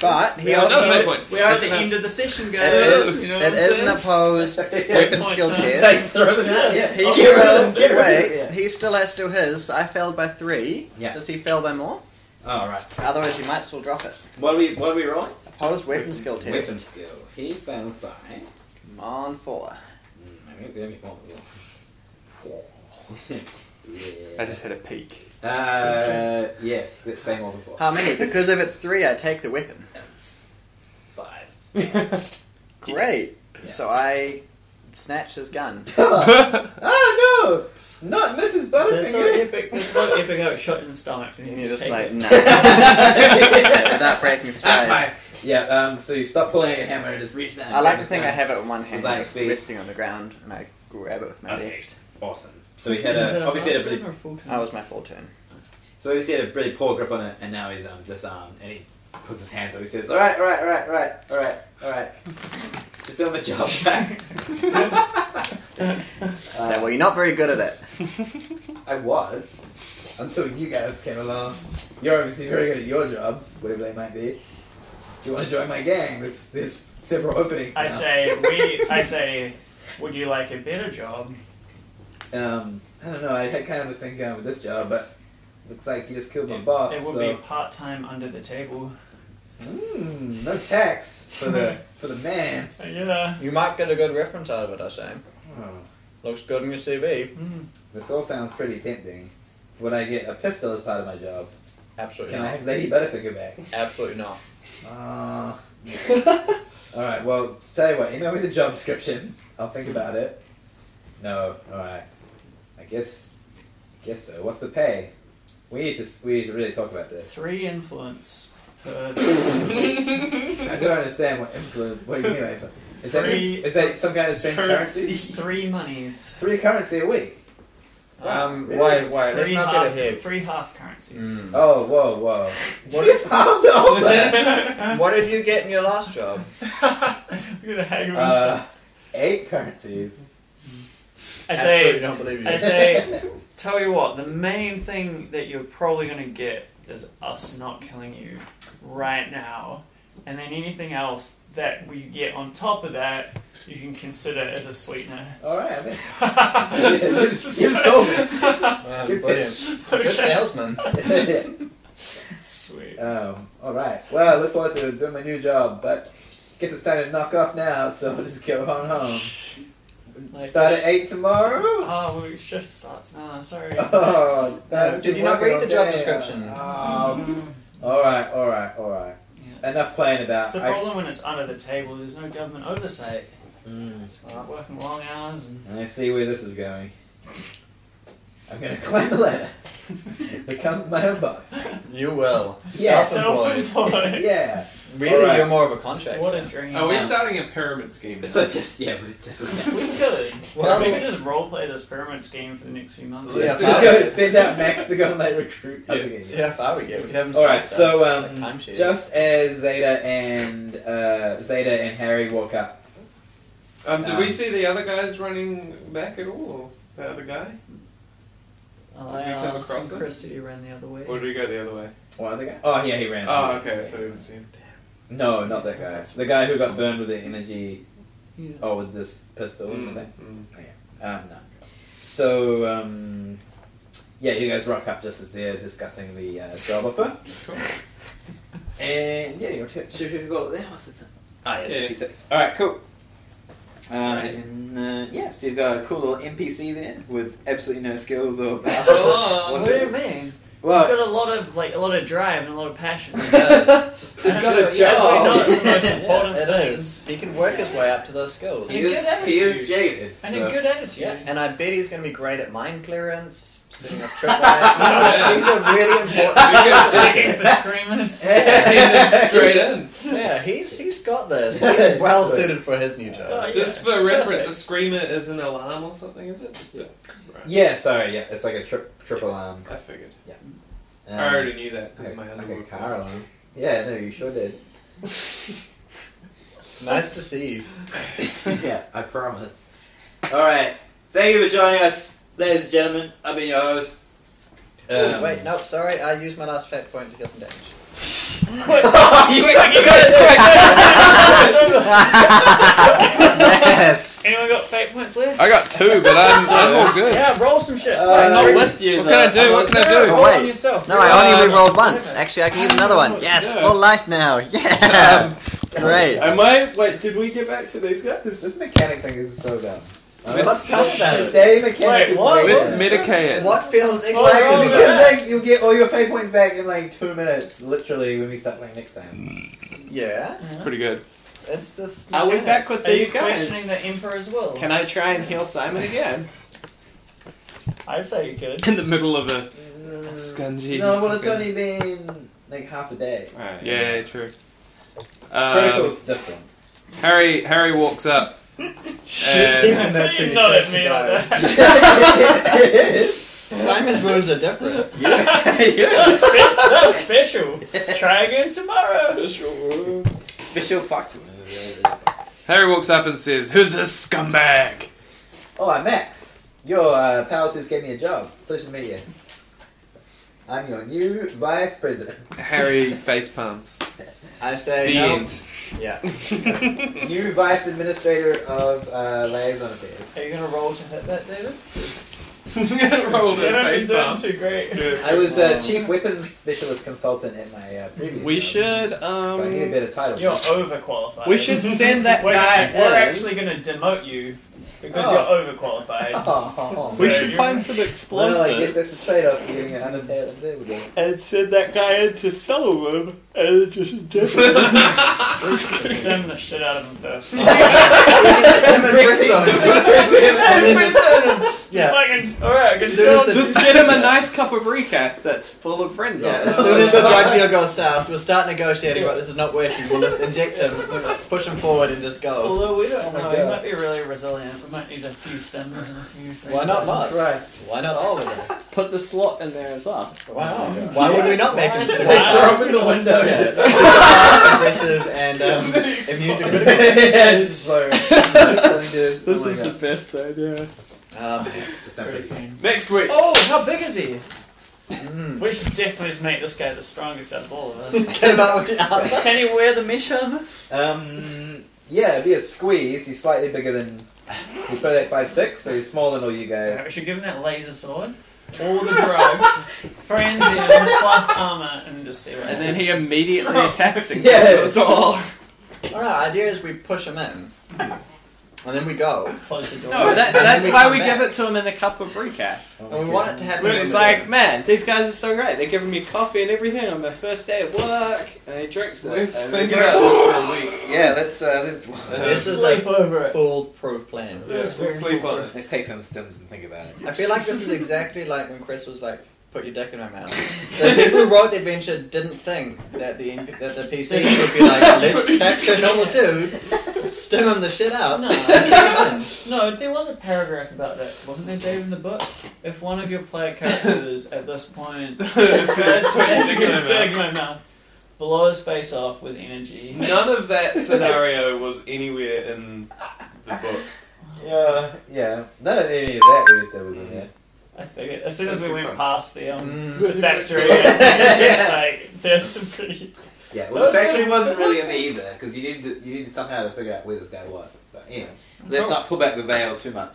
Speaker 7: But he
Speaker 4: Yeah,
Speaker 5: no,
Speaker 7: also.
Speaker 5: no point.
Speaker 4: We are at
Speaker 5: That's
Speaker 4: the
Speaker 5: enough.
Speaker 4: end of the session,
Speaker 7: It
Speaker 4: guys.
Speaker 7: is,
Speaker 4: you know
Speaker 7: it
Speaker 4: what
Speaker 7: is
Speaker 4: I'm
Speaker 7: an
Speaker 4: saying?
Speaker 7: opposed weapon
Speaker 4: Point
Speaker 7: skill
Speaker 4: time.
Speaker 7: test.
Speaker 2: Like, throw them out.
Speaker 4: Yes.
Speaker 2: Yeah.
Speaker 7: He
Speaker 4: Oh,
Speaker 2: Get rid of
Speaker 7: still,
Speaker 2: them, get rid of
Speaker 7: wait,
Speaker 2: them, yeah.
Speaker 7: he still has to do his. I failed by three.
Speaker 2: Yeah.
Speaker 7: Does he fail by more?
Speaker 2: All right.
Speaker 7: Otherwise, he might still drop it.
Speaker 2: What are we? What are we rolling?
Speaker 7: Opposed weapon skill test.
Speaker 2: Weapon skill. He fails by.
Speaker 7: Come on, four.
Speaker 2: Mm, I think it's the only one. yeah.
Speaker 5: I just had a peek.
Speaker 2: Uh, yes, that same order four.
Speaker 7: How many? Because if it's three, I take the weapon.
Speaker 2: That's five.
Speaker 7: Great. So I snatch his gun.
Speaker 2: oh Ah, no! Not Mrs.
Speaker 4: That's so epic. That's so epic how it shot in the stomach. And
Speaker 7: And
Speaker 4: you
Speaker 7: you're just
Speaker 4: just take
Speaker 7: like,
Speaker 4: it.
Speaker 7: no. Without breaking stride.
Speaker 2: yeah, um, so you stop pulling at your hammer and just reach down. and
Speaker 7: I like
Speaker 2: grab
Speaker 7: to
Speaker 2: his
Speaker 7: think I
Speaker 2: gun.
Speaker 7: have it in one hand,
Speaker 2: Like
Speaker 7: just
Speaker 2: the-
Speaker 7: resting on the ground, and I grab it with my
Speaker 2: Okay,
Speaker 7: left.
Speaker 2: awesome. So he had a, obviously had a really,
Speaker 7: That was my full turn.
Speaker 2: so obviously had a really poor grip on it, and now he's um, disarmed, and he puts his hands up. He says, "All right, all right, all right, all right, all right, all right. Just doing my job, Max.
Speaker 7: so, well, you're not very good at it.
Speaker 2: Uh, I was until you guys came along. You're obviously very good at your jobs, whatever they might be. Do you want to join my gang? There's there's several openings.
Speaker 4: I
Speaker 2: now.
Speaker 4: say we. I say Would you like a better job?
Speaker 2: Um, I don't know. I had kind of a thing going with this job, but looks like you just killed my boss.
Speaker 4: It would
Speaker 7: Uh,
Speaker 2: so.
Speaker 4: be part time under the table.
Speaker 2: Mm, no tax for the for the man.
Speaker 7: Uh,
Speaker 4: Yeah.
Speaker 7: You might get a good reference out of it, I say.
Speaker 2: Oh,
Speaker 7: Looks good in your CV.
Speaker 4: Mm.
Speaker 2: this all sounds pretty tempting. Would I get a pistol as part of my job?
Speaker 7: Absolutely
Speaker 2: Can I
Speaker 7: not.
Speaker 2: have Lady Butterfinger back?
Speaker 7: Absolutely not.
Speaker 2: Uh, all right. Well, tell you what. Email me the job description. I'll think about it. No. All right. I guess. I guess so. What's the pay? We need to we need to really talk about this.
Speaker 4: Three influence per.
Speaker 2: I don't understand what influence. What you mean? by influence. Is that,
Speaker 4: Three-
Speaker 2: is that some kind of strange currency?
Speaker 4: three monies. Uh,
Speaker 2: Three currency a week.
Speaker 7: Um,
Speaker 2: Oh, really?
Speaker 7: wait, wait, let's
Speaker 4: Three
Speaker 7: not
Speaker 4: half,
Speaker 7: get ahead.
Speaker 4: three half currencies.
Speaker 7: Mm.
Speaker 2: Oh, whoa, whoa.
Speaker 7: What
Speaker 2: What is half the offer?
Speaker 7: What did you get in your last job?
Speaker 4: I'm gonna hang
Speaker 2: Uh, eight currencies.
Speaker 4: I
Speaker 7: Absolutely
Speaker 4: say,
Speaker 7: don't believe you.
Speaker 4: I say, tell you what, the main thing that you're probably gonna get is us not killing you right now, and then anything else that we get on top of that, you can consider as a sweetener.
Speaker 2: All right. I mean,
Speaker 4: okay.
Speaker 2: you've, you've sold me.
Speaker 7: Um,
Speaker 2: Good
Speaker 7: brilliant. Good salesman.
Speaker 4: Sweet.
Speaker 2: um, all right. Well, I look forward to doing my new job, but I guess it's time to knock off now. So I'll just go on home.
Speaker 4: Like-
Speaker 2: Start at eight tomorrow.
Speaker 4: Oh, well, shift starts now. Sorry.
Speaker 2: Oh,
Speaker 7: No, did you not read the job
Speaker 2: okay.
Speaker 7: description?
Speaker 2: Oh, all right, all right, all right.
Speaker 4: Yeah.
Speaker 2: Enough playing
Speaker 4: It's
Speaker 2: about.
Speaker 4: the
Speaker 2: I-
Speaker 4: problem when it's under the table. There's no government oversight.
Speaker 2: Mm.
Speaker 4: It's like working long hours and
Speaker 2: I see where this is going. I'm gonna climb a ladder. Become my own boss.
Speaker 7: You will.
Speaker 2: Yeah.
Speaker 7: Self-employed.
Speaker 4: self-employed.
Speaker 2: Yeah.
Speaker 7: Really,
Speaker 2: Alright.
Speaker 7: you're more of a contractor.
Speaker 4: What a dream.
Speaker 5: Are Oh, we starting a pyramid scheme?
Speaker 2: So just yeah, we just
Speaker 4: We
Speaker 2: let's
Speaker 4: could.
Speaker 7: Well-
Speaker 4: we could just roleplay this pyramid scheme for the next few months.
Speaker 7: Yeah.
Speaker 2: go send out Max to go and like recruit.
Speaker 7: Yeah.
Speaker 2: other guys.
Speaker 7: See how far we get. We haven't
Speaker 2: All right.
Speaker 7: started
Speaker 2: So
Speaker 7: that. It's
Speaker 2: um,
Speaker 7: like timesheet.
Speaker 2: just as Zeta and uh, Zeta and Harry walk up,
Speaker 5: Um, did
Speaker 2: Um,
Speaker 5: we see the other guys running back at all? The other guy?
Speaker 4: Allow
Speaker 5: Have we come
Speaker 4: Alice and
Speaker 5: across it?
Speaker 4: Christy ran the other way.
Speaker 5: Or did he go the other way?
Speaker 2: what other guy? Oh yeah, he ran.
Speaker 5: Oh, okay. So we haven't seen.
Speaker 2: No, not that guy. The guy who got burned with the energy.
Speaker 4: Yeah.
Speaker 2: Oh, with this pistol. and the
Speaker 5: Mm,
Speaker 2: thing.
Speaker 5: mm.
Speaker 2: Um, no. So, um, yeah, you guys rock up just as they're discussing the uh, job offer.
Speaker 5: Cool.
Speaker 2: And yeah, you're should you go there? What's the time? Ah, yeah,
Speaker 5: Yeah.
Speaker 2: 56. All right, cool. Uh, and uh, yeah, so you've got a cool little NPC there with absolutely no skills or.
Speaker 4: Uh, What
Speaker 2: What's
Speaker 4: do you
Speaker 2: it?
Speaker 4: mean? He's
Speaker 2: Well,
Speaker 4: got a lot of like a lot of drive and a lot of passion.
Speaker 2: he's
Speaker 4: And
Speaker 2: got
Speaker 4: so,
Speaker 2: a
Speaker 4: As we
Speaker 2: job.
Speaker 4: know, it's the most
Speaker 7: Yeah,
Speaker 4: important
Speaker 7: it
Speaker 4: thing.
Speaker 7: is. He can work his way up to those skills.
Speaker 2: he
Speaker 4: good
Speaker 2: is, he is
Speaker 4: attitude.
Speaker 2: jaded.
Speaker 4: And
Speaker 2: so-
Speaker 4: a good attitude.
Speaker 7: Yeah, and I bet he's going to be great at mine clearance, setting up tripwires. These are really important skills.
Speaker 4: Looking for screamers.
Speaker 5: Straight in.
Speaker 7: Yeah, he's he's got this. He's well suited for his new
Speaker 4: Oh,
Speaker 7: job.
Speaker 4: yeah.
Speaker 5: Just for reference, a
Speaker 4: Perfect.
Speaker 5: screamer is an alarm or something, is it? Just a, right.
Speaker 2: Yeah, sorry, yeah, it's like a tri- triple arm.
Speaker 5: I figured.
Speaker 2: Um,
Speaker 5: I already knew that because my
Speaker 2: like, like a
Speaker 5: Underwood.
Speaker 2: car alarm. Yeah, no, you sure did.
Speaker 7: Nice to see you.
Speaker 2: yeah, I promise. All right, thank you for joining us, ladies and gentlemen. I've been your host. Um,
Speaker 7: Oh, wait, nope, sorry, I used my last fat point to heal some damage.
Speaker 2: Oh, you, you got
Speaker 7: yes!
Speaker 4: Anyone got fake points left?
Speaker 5: I got two, but I'm, I'm all good.
Speaker 4: Yeah, roll some shit.
Speaker 2: Uh,
Speaker 4: Like,
Speaker 2: I'm
Speaker 4: roll-
Speaker 2: with you.
Speaker 5: What can I do? What can I do?
Speaker 4: Roll on
Speaker 7: wait.
Speaker 4: yourself.
Speaker 7: No, I only
Speaker 5: Uh,
Speaker 7: rerolled once. Actually, I can use another one. Yes,
Speaker 5: Yeah.
Speaker 7: full life now. Yeah! Great.
Speaker 5: Am I? Wait, did we get back to these guys?
Speaker 2: This mechanic thing is so dumb.
Speaker 7: What's up with that?
Speaker 2: Today mechanic
Speaker 4: Wait,
Speaker 2: is
Speaker 4: what? Oh,
Speaker 2: way
Speaker 5: Let's
Speaker 2: better.
Speaker 5: medicate it.
Speaker 7: What feels
Speaker 2: Like,
Speaker 4: What's wrong with
Speaker 7: exciting?
Speaker 2: because like you get all your fate points back in like two minutes, literally when we start playing next time.
Speaker 7: Yeah,
Speaker 5: It's pretty good.
Speaker 7: it's this.
Speaker 6: Are we back with
Speaker 4: Are you
Speaker 6: these guys?
Speaker 4: questioning the Emperor's will?
Speaker 6: Can I try and heal Simon again?
Speaker 4: I say you could.
Speaker 5: In the middle of a
Speaker 4: Mm.
Speaker 5: scungy.
Speaker 2: Uh, No, well, it's only been like half a day.
Speaker 6: Alright.
Speaker 5: Yeah, true.
Speaker 2: Critical's
Speaker 5: Um,
Speaker 2: different.
Speaker 5: Harry Harry walks up. um, And
Speaker 4: You nod at me like that.
Speaker 7: Simon's wounds are different.
Speaker 4: That was, spe- that was special. Try again tomorrow.
Speaker 2: Special fuck.
Speaker 5: Harry walks up and says, "Who's this scumbag?"
Speaker 2: Oh, I'm Max. Your uh, pals just gave me a job. Pleasure to meet you. I'm your new vice president.
Speaker 6: Harry face palms.
Speaker 7: I
Speaker 6: The
Speaker 7: say no.
Speaker 6: end.
Speaker 7: Yeah.
Speaker 2: New vice administrator of uh, liaison affairs.
Speaker 4: Are you gonna roll to hit that, David?
Speaker 6: Roll the
Speaker 4: You don't be
Speaker 6: face
Speaker 4: doing
Speaker 6: palm.
Speaker 4: too great.
Speaker 2: I was uh,
Speaker 7: Um,
Speaker 2: chief weapons specialist consultant at my uh, previous.
Speaker 6: We
Speaker 2: job,
Speaker 6: should
Speaker 2: So I need a
Speaker 6: um.
Speaker 2: better title.
Speaker 4: You're
Speaker 5: oh,
Speaker 4: overqualified.
Speaker 6: We should send that
Speaker 4: We're,
Speaker 6: guy. uh,
Speaker 4: we're
Speaker 6: in.
Speaker 4: actually going to demote you because
Speaker 2: Oh.
Speaker 4: you're overqualified.
Speaker 2: Oh.
Speaker 6: We
Speaker 4: So
Speaker 6: should
Speaker 4: you-
Speaker 6: find some
Speaker 2: Well, I guess
Speaker 6: explosives
Speaker 2: that's a trade-off. Giving an undertail and there we go.
Speaker 6: and send that guy into Solomon and just
Speaker 4: Stem the shit out of him first.
Speaker 7: Yeah.
Speaker 4: Fucking, all right, good
Speaker 7: As soon as
Speaker 4: job.
Speaker 7: the-
Speaker 6: Just get him a nice cup of recap that's full of friends
Speaker 7: Yeah,
Speaker 6: on
Speaker 7: as
Speaker 6: it.
Speaker 7: soon as the drug deal goes south, we'll start negotiating, but this is not working. We'll just inject them, push them forward, and just go.
Speaker 4: Although we don't
Speaker 2: Oh my
Speaker 4: know, he
Speaker 2: God.
Speaker 4: might be really resilient. We might need a few stems and a few things.
Speaker 7: Why not Mars?
Speaker 2: That's right.
Speaker 7: Why not all of them?
Speaker 6: Put the slot in there as well.
Speaker 7: Why not? Why would we not make them?
Speaker 2: They
Speaker 7: just-
Speaker 2: throw open the window.
Speaker 7: Yeah, aggressive and um, immune to critical.
Speaker 2: Yes, so-
Speaker 6: This
Speaker 2: Oh my
Speaker 6: is the
Speaker 2: God.
Speaker 6: best idea.
Speaker 7: Um,
Speaker 2: It's something.
Speaker 5: Next week.
Speaker 4: Oh, how big is he?
Speaker 7: mm.
Speaker 4: We should definitely just make this guy the strongest out of all of us.
Speaker 7: Get him out with the outlet.
Speaker 4: Can he wear the mesh armor?
Speaker 2: Um, yeah, it'd be a squeeze. He's slightly bigger than. He's probably like five six, so he's smaller than all you
Speaker 4: Alright,
Speaker 2: guys.
Speaker 4: we should give him that laser sword, all the drugs, frenzium, plus armor, and just see what
Speaker 6: And
Speaker 4: happens.
Speaker 6: then he immediately
Speaker 4: Oh.
Speaker 6: attacks and
Speaker 2: Yeah.
Speaker 6: kills us all.
Speaker 7: Well, the idea is we push him in, and then we go.
Speaker 4: Close the door.
Speaker 6: No, Oh, that,
Speaker 7: And then
Speaker 6: that's
Speaker 7: we
Speaker 6: why
Speaker 7: come
Speaker 6: we
Speaker 7: back.
Speaker 6: give it to him in a cup of recap.
Speaker 2: Oh my
Speaker 7: And we
Speaker 2: God.
Speaker 7: want it to happen.
Speaker 6: It's like, man, these guys are so great. They're giving me coffee and everything on my first day at work.
Speaker 8: And he drinks it.
Speaker 5: Let's
Speaker 8: and
Speaker 5: think
Speaker 8: he's
Speaker 5: about
Speaker 8: like,
Speaker 5: this for a week.
Speaker 2: Yeah, let's uh, let's,
Speaker 7: this is
Speaker 4: Sleep
Speaker 7: a
Speaker 4: over it.
Speaker 7: foolproof plan.
Speaker 5: Yeah, we'll sleep on it.
Speaker 2: let's take some stems and think about it.
Speaker 7: I feel like this is exactly like when Chris was like, "Put your dick in my mouth." So the people who wrote the adventure didn't think that the that the PC would be like, "Let's capture a normal dude, stim him the shit out."
Speaker 4: No. No, there was a paragraph about that, wasn't there, Dave, in the book? If one of your player characters at this point
Speaker 5: That's what I'm thinking
Speaker 4: Just
Speaker 5: about.
Speaker 4: take my mouth, blow his face off with energy.
Speaker 5: None of that scenario was anywhere in the book.
Speaker 2: Yeah, yeah. None of any of that really that was in there.
Speaker 4: I figured as soon as we went past the um,
Speaker 7: Mm.
Speaker 4: the factory, and, like there's some pretty.
Speaker 2: Yeah,
Speaker 4: That
Speaker 2: well,
Speaker 4: was
Speaker 2: the factory
Speaker 4: good.
Speaker 2: wasn't really in there either because you needed to, you needed somehow to figure out where this guy was. But anyway,
Speaker 4: oh.
Speaker 2: let's not pull back the veil too much.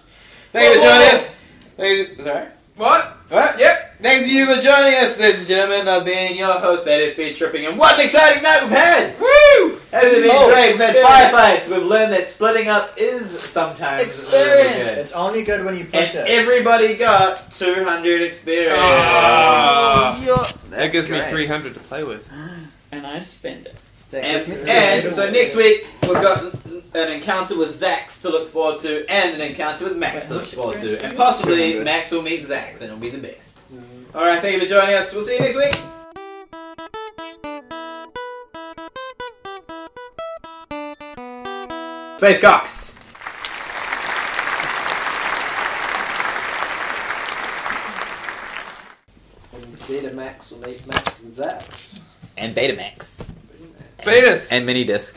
Speaker 2: Thank you for joining us. Thank you. Sorry.
Speaker 5: What? What? Yep.
Speaker 2: Thank you for joining us, ladies and gentlemen. I've been your host, that is Speed Tripping, and what an exciting night we've had!
Speaker 5: Woo!
Speaker 2: Hasn't it been
Speaker 4: Oh,
Speaker 2: great? We've had
Speaker 4: experience.
Speaker 2: firefights. We've learned that splitting up is sometimes
Speaker 4: Experience.
Speaker 2: really good.
Speaker 7: It's only good when you push
Speaker 2: And
Speaker 7: it.
Speaker 2: everybody got 200 experience.
Speaker 4: Oh,
Speaker 6: Ah. that gives
Speaker 7: great.
Speaker 6: me 300 to play with.
Speaker 4: And I spend it.
Speaker 2: And, and so next week we've got an encounter with Zax to look forward to, and an encounter with Max to look forward to, and possibly Max will meet Zax, and it'll be the best.
Speaker 7: Mm-hmm.
Speaker 2: All right, thank you for joining us. We'll see you next week.
Speaker 5: Space Cox.
Speaker 8: "Mm, Zeta Max will meet Max and Zax.
Speaker 2: And Betamax.
Speaker 6: Beat us!
Speaker 2: And Minidisc.